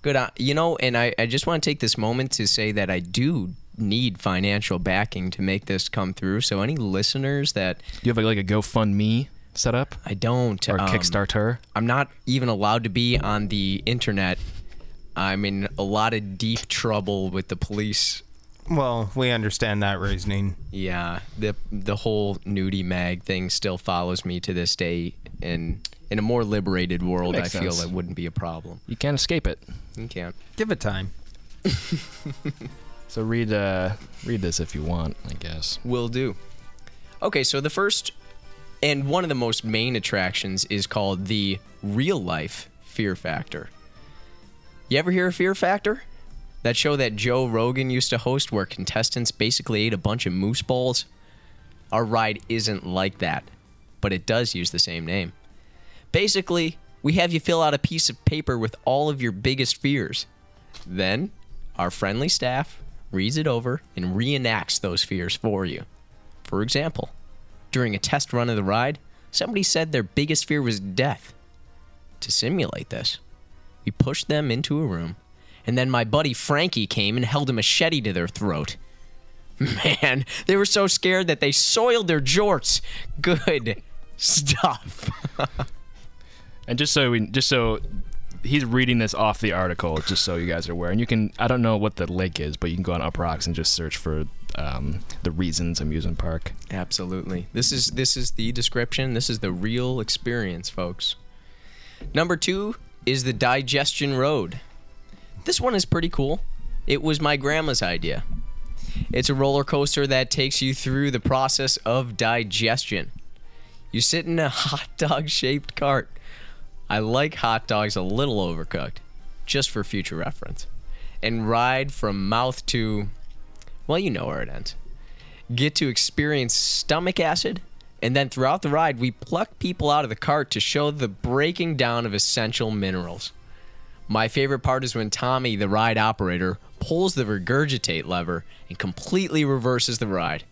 Speaker 8: Good. on- You know, and I, I just want to take this moment to say that I do need financial backing to make this come through. So any listeners that
Speaker 5: Do you have like a GoFundMe set up
Speaker 8: I don't
Speaker 5: or a
Speaker 8: um,
Speaker 5: Kickstarter?
Speaker 8: I'm not even allowed to be on the internet. I'm in a lot of deep trouble with the police.
Speaker 6: Well, we understand that reasoning.
Speaker 8: Yeah, the the whole nudie mag thing still follows me to this day, and in a more liberated world, I
Speaker 5: makes
Speaker 8: feel
Speaker 5: sense.
Speaker 8: it wouldn't be a problem.
Speaker 5: You can't escape it.
Speaker 8: You can't.
Speaker 6: Give it time.
Speaker 5: So read uh, read this if you want, I guess.
Speaker 8: Will do. Okay, so the first and one of the most main attractions is called the real life Fear Factor. You ever hear of Fear Factor? That show that Joe Rogan used to host where contestants basically ate a bunch of moose balls? Our ride isn't like that, but it does use the same name. Basically, we have you fill out a piece of paper with all of your biggest fears. Then, our friendly staff reads it over and reenacts those fears for you. For example, during a test run of the ride, somebody said their biggest fear was death. To simulate this, we pushed them into a room, and then my buddy Frankie came and held a machete to their throat. Man, they were so scared that they soiled their jorts. Good [laughs] stuff.
Speaker 5: And just so we, just so he's reading this off the article, just so you guys are aware. And you can, I don't know what the link is, but you can go on Up Rocks and just search for um, the Reasons Amusement Park.
Speaker 8: Absolutely. This is this is the description. This is the real experience, folks. Number 2 is the digestion road. This one is pretty cool. It was my grandma's idea. It's a roller coaster that takes you through the process of digestion. You sit in a [laughs] hot dog shaped cart. I like hot dogs a little overcooked, just for future reference. And ride from mouth to well, you know where it ends get to experience stomach acid. And then throughout the ride, we pluck people out of the cart to show the breaking down of essential minerals. My favorite part is when Tommy, the ride operator, pulls the regurgitate lever and completely reverses the ride.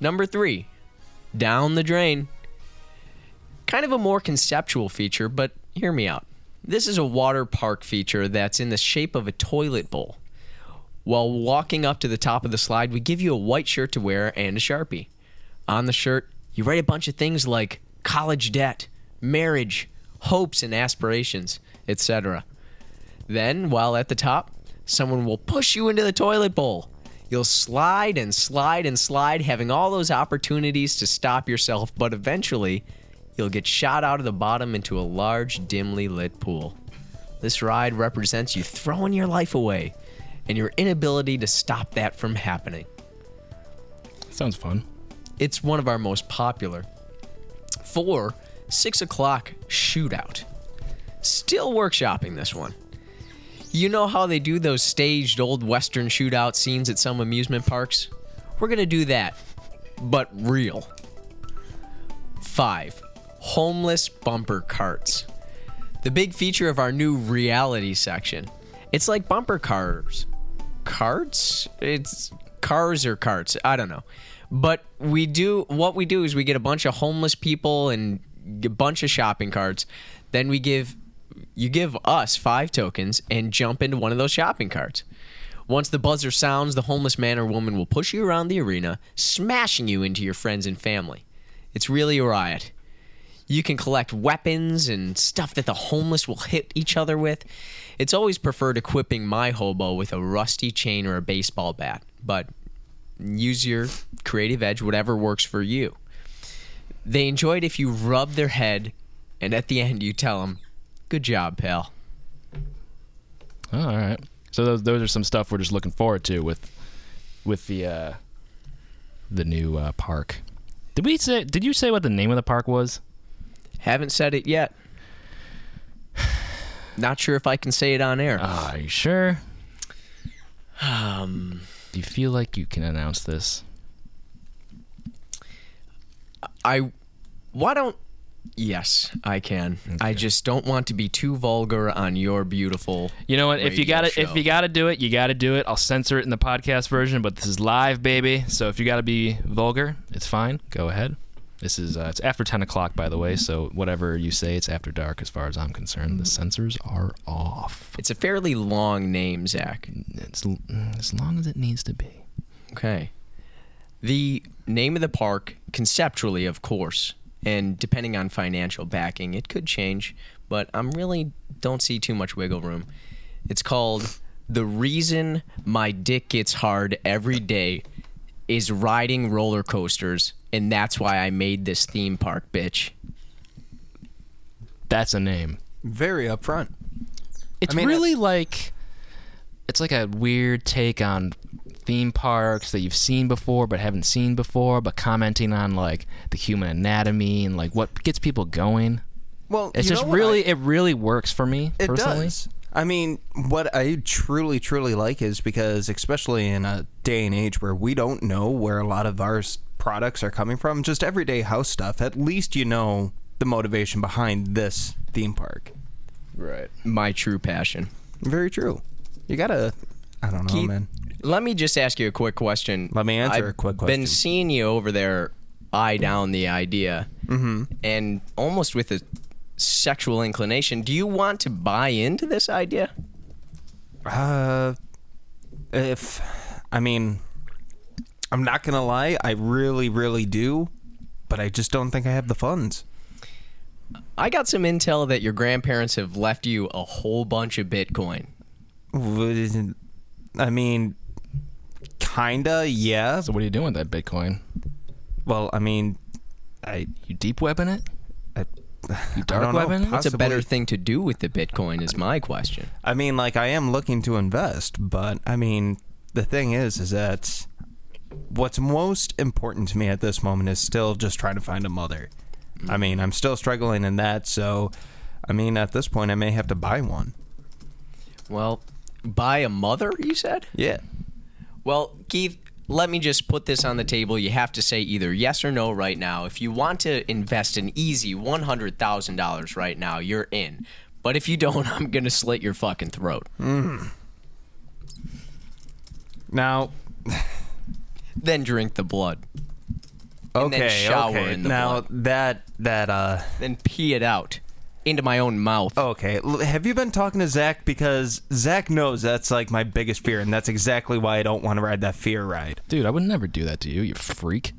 Speaker 8: Number three, down the drain. Kind of a more conceptual feature, but hear me out. This is a water park feature that's in the shape of a toilet bowl. While walking up to the top of the slide, we give you a white shirt to wear and a sharpie. On the shirt, you write a bunch of things like college debt, marriage, hopes and aspirations, etc. Then, while at the top, someone will push you into the toilet bowl. You'll slide and slide and slide, having all those opportunities to stop yourself, but eventually, you'll get shot out of the bottom into a large, dimly lit pool. This ride represents you throwing your life away and your inability to stop that from happening.
Speaker 5: Sounds fun.
Speaker 8: It's one of our most popular. Four, six o'clock shootout. Still workshopping this one. You know how they do those staged old western shootout scenes at some amusement parks? We're gonna do that, but real. Five, homeless bumper carts the big feature of our new reality section. It's like bumper cars. Carts? It's cars or carts. I don't know. But we do what we do is we get a bunch of homeless people and a bunch of shopping carts. Then we give you give us five tokens and jump into one of those shopping carts. Once the buzzer sounds, the homeless man or woman will push you around the arena, smashing you into your friends and family. It's really a riot. You can collect weapons and stuff that the homeless will hit each other with. It's always preferred equipping my hobo with a rusty chain or a baseball bat, but use your creative edge, whatever works for you. They enjoy it if you rub their head, and at the end you tell them, "Good job, pal."
Speaker 5: Oh, all right. So those those are some stuff we're just looking forward to with with the uh, the new uh, park. Did we say? Did you say what the name of the park was?
Speaker 8: Haven't said it yet. [sighs] Not sure if I can say it on air.
Speaker 5: Ah, are you sure?
Speaker 8: Um,
Speaker 5: Do you feel like you can announce this?
Speaker 8: I why don't Yes, I can. I just don't want to be too vulgar on your beautiful.
Speaker 5: You know what? If you
Speaker 8: Radio
Speaker 5: got to
Speaker 8: show.
Speaker 5: if you got to do it, you got to do it. I'll censor it in the podcast version, but this is live, baby. So if you got to be vulgar, it's fine. Go ahead. This is uh, it's after ten o'clock, by the way. So whatever you say, it's after dark. As far as I'm concerned, the censors are off.
Speaker 8: It's a fairly long name, Zach.
Speaker 5: It's l- mm, as long as it needs to be.
Speaker 8: Okay. The name of the park, conceptually, of course, and depending on financial backing, it could change, but I'm really don't see too much wiggle room. It's called The Reason My Dick Gets Hard Every Day is Riding Roller Coasters, and that's why I made this theme park, bitch.
Speaker 5: That's a name.
Speaker 6: Very upfront.
Speaker 5: It's
Speaker 6: I mean, uh,
Speaker 5: really like it's like a weird take on theme parks that you've seen before but haven't seen before, but commenting on like the human anatomy and like what gets people going.
Speaker 6: Well,
Speaker 5: It's
Speaker 6: you
Speaker 5: just
Speaker 6: know what I-
Speaker 5: really it really works for me
Speaker 6: It
Speaker 5: personally.
Speaker 6: does. I mean, what I truly, truly like is because, especially in a day and age where we don't know where a lot of our s- products are coming from, just everyday house stuff, at least you know the motivation behind this theme park.
Speaker 5: Right.
Speaker 8: My true passion.
Speaker 6: Very true. You gotta, I don't know,
Speaker 8: Keith-
Speaker 6: man.
Speaker 8: Let me just ask you a quick question.
Speaker 6: Let me answer a quick
Speaker 8: I've
Speaker 6: question.
Speaker 8: been seeing you over there eye down the idea, mm-hmm. and almost with a sexual inclination. Do you want to buy into this idea?
Speaker 6: Uh, if I mean, I'm not gonna lie, I really, really do, but I just don't think I have the funds.
Speaker 8: I got some intel that your grandparents have left you a whole bunch of Bitcoin.
Speaker 6: I mean, kinda, yeah.
Speaker 5: So what are you doing with that Bitcoin?
Speaker 6: Well, I mean, I,
Speaker 5: You deep webbing it? [laughs]
Speaker 6: I,
Speaker 5: You
Speaker 6: I
Speaker 5: dark
Speaker 6: don't know.
Speaker 5: webbing it?
Speaker 8: What's a
Speaker 6: Possibly.
Speaker 8: better thing to do with the Bitcoin is my question.
Speaker 6: I mean, like, I am looking to invest, but I mean, the thing is, is that what's most important to me at this moment is still just trying to find a mother. I mean, I'm still struggling in that, so I mean, at this point, I may have to buy one.
Speaker 8: Well, buy a mother, you said?
Speaker 6: Yeah.
Speaker 8: Well, Keith, let me just put this on the table. You have to say either yes or no right now. If you want to invest an easy $100,000 right now, you're in. But if you don't, [laughs] I'm going to slit your fucking throat.
Speaker 6: Hmm. Now,
Speaker 8: Then drink the blood.
Speaker 6: okay,
Speaker 8: then shower
Speaker 6: okay.
Speaker 8: in the
Speaker 6: now that that uh
Speaker 8: Then pee it out into my own mouth.
Speaker 6: Okay, l- have you been talking to Zach? Because Zach knows that's like my biggest fear, and that's exactly why I don't want to ride that fear ride.
Speaker 5: Dude, I would never do that to you, you freak.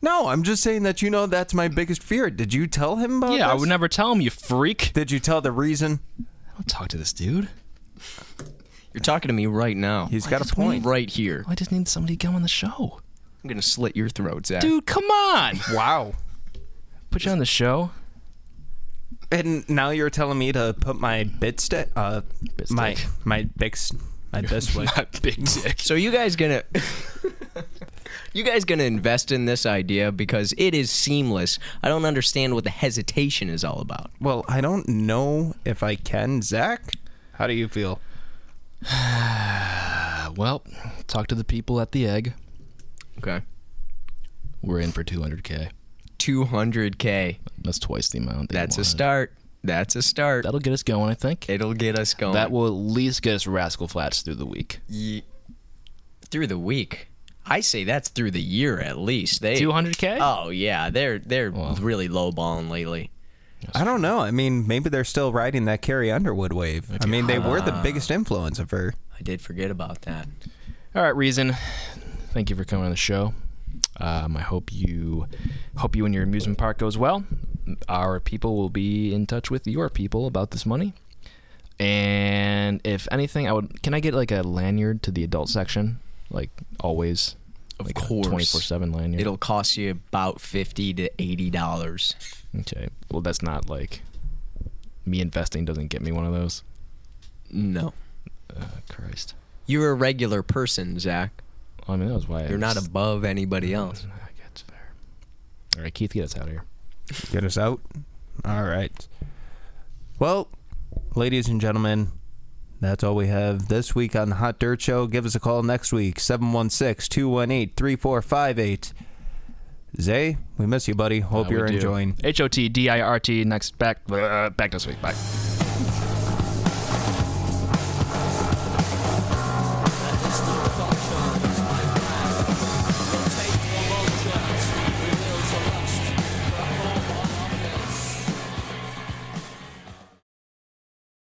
Speaker 6: No, I'm just saying that you know that's my biggest fear. Did you tell him about
Speaker 5: Yeah, I
Speaker 6: this?
Speaker 5: would never tell him, you freak.
Speaker 6: Did you tell the reason?
Speaker 5: Don't talk to this dude.
Speaker 8: You're talking to me right now.
Speaker 6: He's got a
Speaker 5: just
Speaker 6: point.
Speaker 8: right here.
Speaker 5: I just need somebody to go on the show.
Speaker 8: I'm going to slit your throat, Zach.
Speaker 5: Dude, come on.
Speaker 6: Wow.
Speaker 5: Put you on the show.
Speaker 6: And now you're telling me to put my bit stick, uh,
Speaker 5: Bit
Speaker 6: my
Speaker 5: stick.
Speaker 6: my big, s- my this way.
Speaker 5: Not big dick.
Speaker 8: So you guys gonna [laughs] You guys gonna invest in this idea because it is seamless. I don't understand what the hesitation is all about.
Speaker 6: Well, I don't know if I can, Zach. How do you feel?
Speaker 5: Uh, Well, talk to the people at the egg.
Speaker 8: Okay.
Speaker 5: We're in for 200k.
Speaker 8: 200k.
Speaker 5: That's twice the amount. They
Speaker 8: That's a
Speaker 5: wanted.
Speaker 8: start. That's a start.
Speaker 5: That'll get us going, I think.
Speaker 8: It'll get us going.
Speaker 5: That will at least get us rascal flats through the week.
Speaker 8: Ye- through the week. I say that's through the year at least. They
Speaker 5: 200k.
Speaker 8: Oh yeah, they're they're really low balling lately.
Speaker 6: I don't know. I mean, maybe they're still riding that Carrie Underwood wave. I mean, they were the biggest influence of her.
Speaker 8: I did forget about that.
Speaker 5: All right, reason. Thank you for coming on the show. Um, I hope you hope you and your amusement park goes well. our people will be in touch with your people about this money. And if anything, I would. Can I get like a lanyard to the adult section, like always?
Speaker 8: Of
Speaker 5: like
Speaker 8: course.
Speaker 5: twenty four seven lanyard.
Speaker 8: It'll cost you about fifty to eighty dollars.
Speaker 5: okay. Well, that's not like me investing doesn't get me one of those.
Speaker 8: No,
Speaker 5: Uh,
Speaker 8: Oh,
Speaker 5: Christ.
Speaker 8: you're a regular person, Zach.
Speaker 5: I mean, that was why I
Speaker 8: You're not
Speaker 5: was-
Speaker 8: above anybody else.
Speaker 5: I guess fair. All right, Keith, get us out of here.
Speaker 6: Get us out. All right. Well, ladies and gentlemen, that's all we have this week on the Hot Dirt Show. Give us a call next week, 716 218 3458. Zay, we miss you, buddy. Hope
Speaker 5: Uh, we
Speaker 6: you're
Speaker 5: do.
Speaker 6: enjoying.
Speaker 5: H O T D I R T next back uh, back next week. Bye.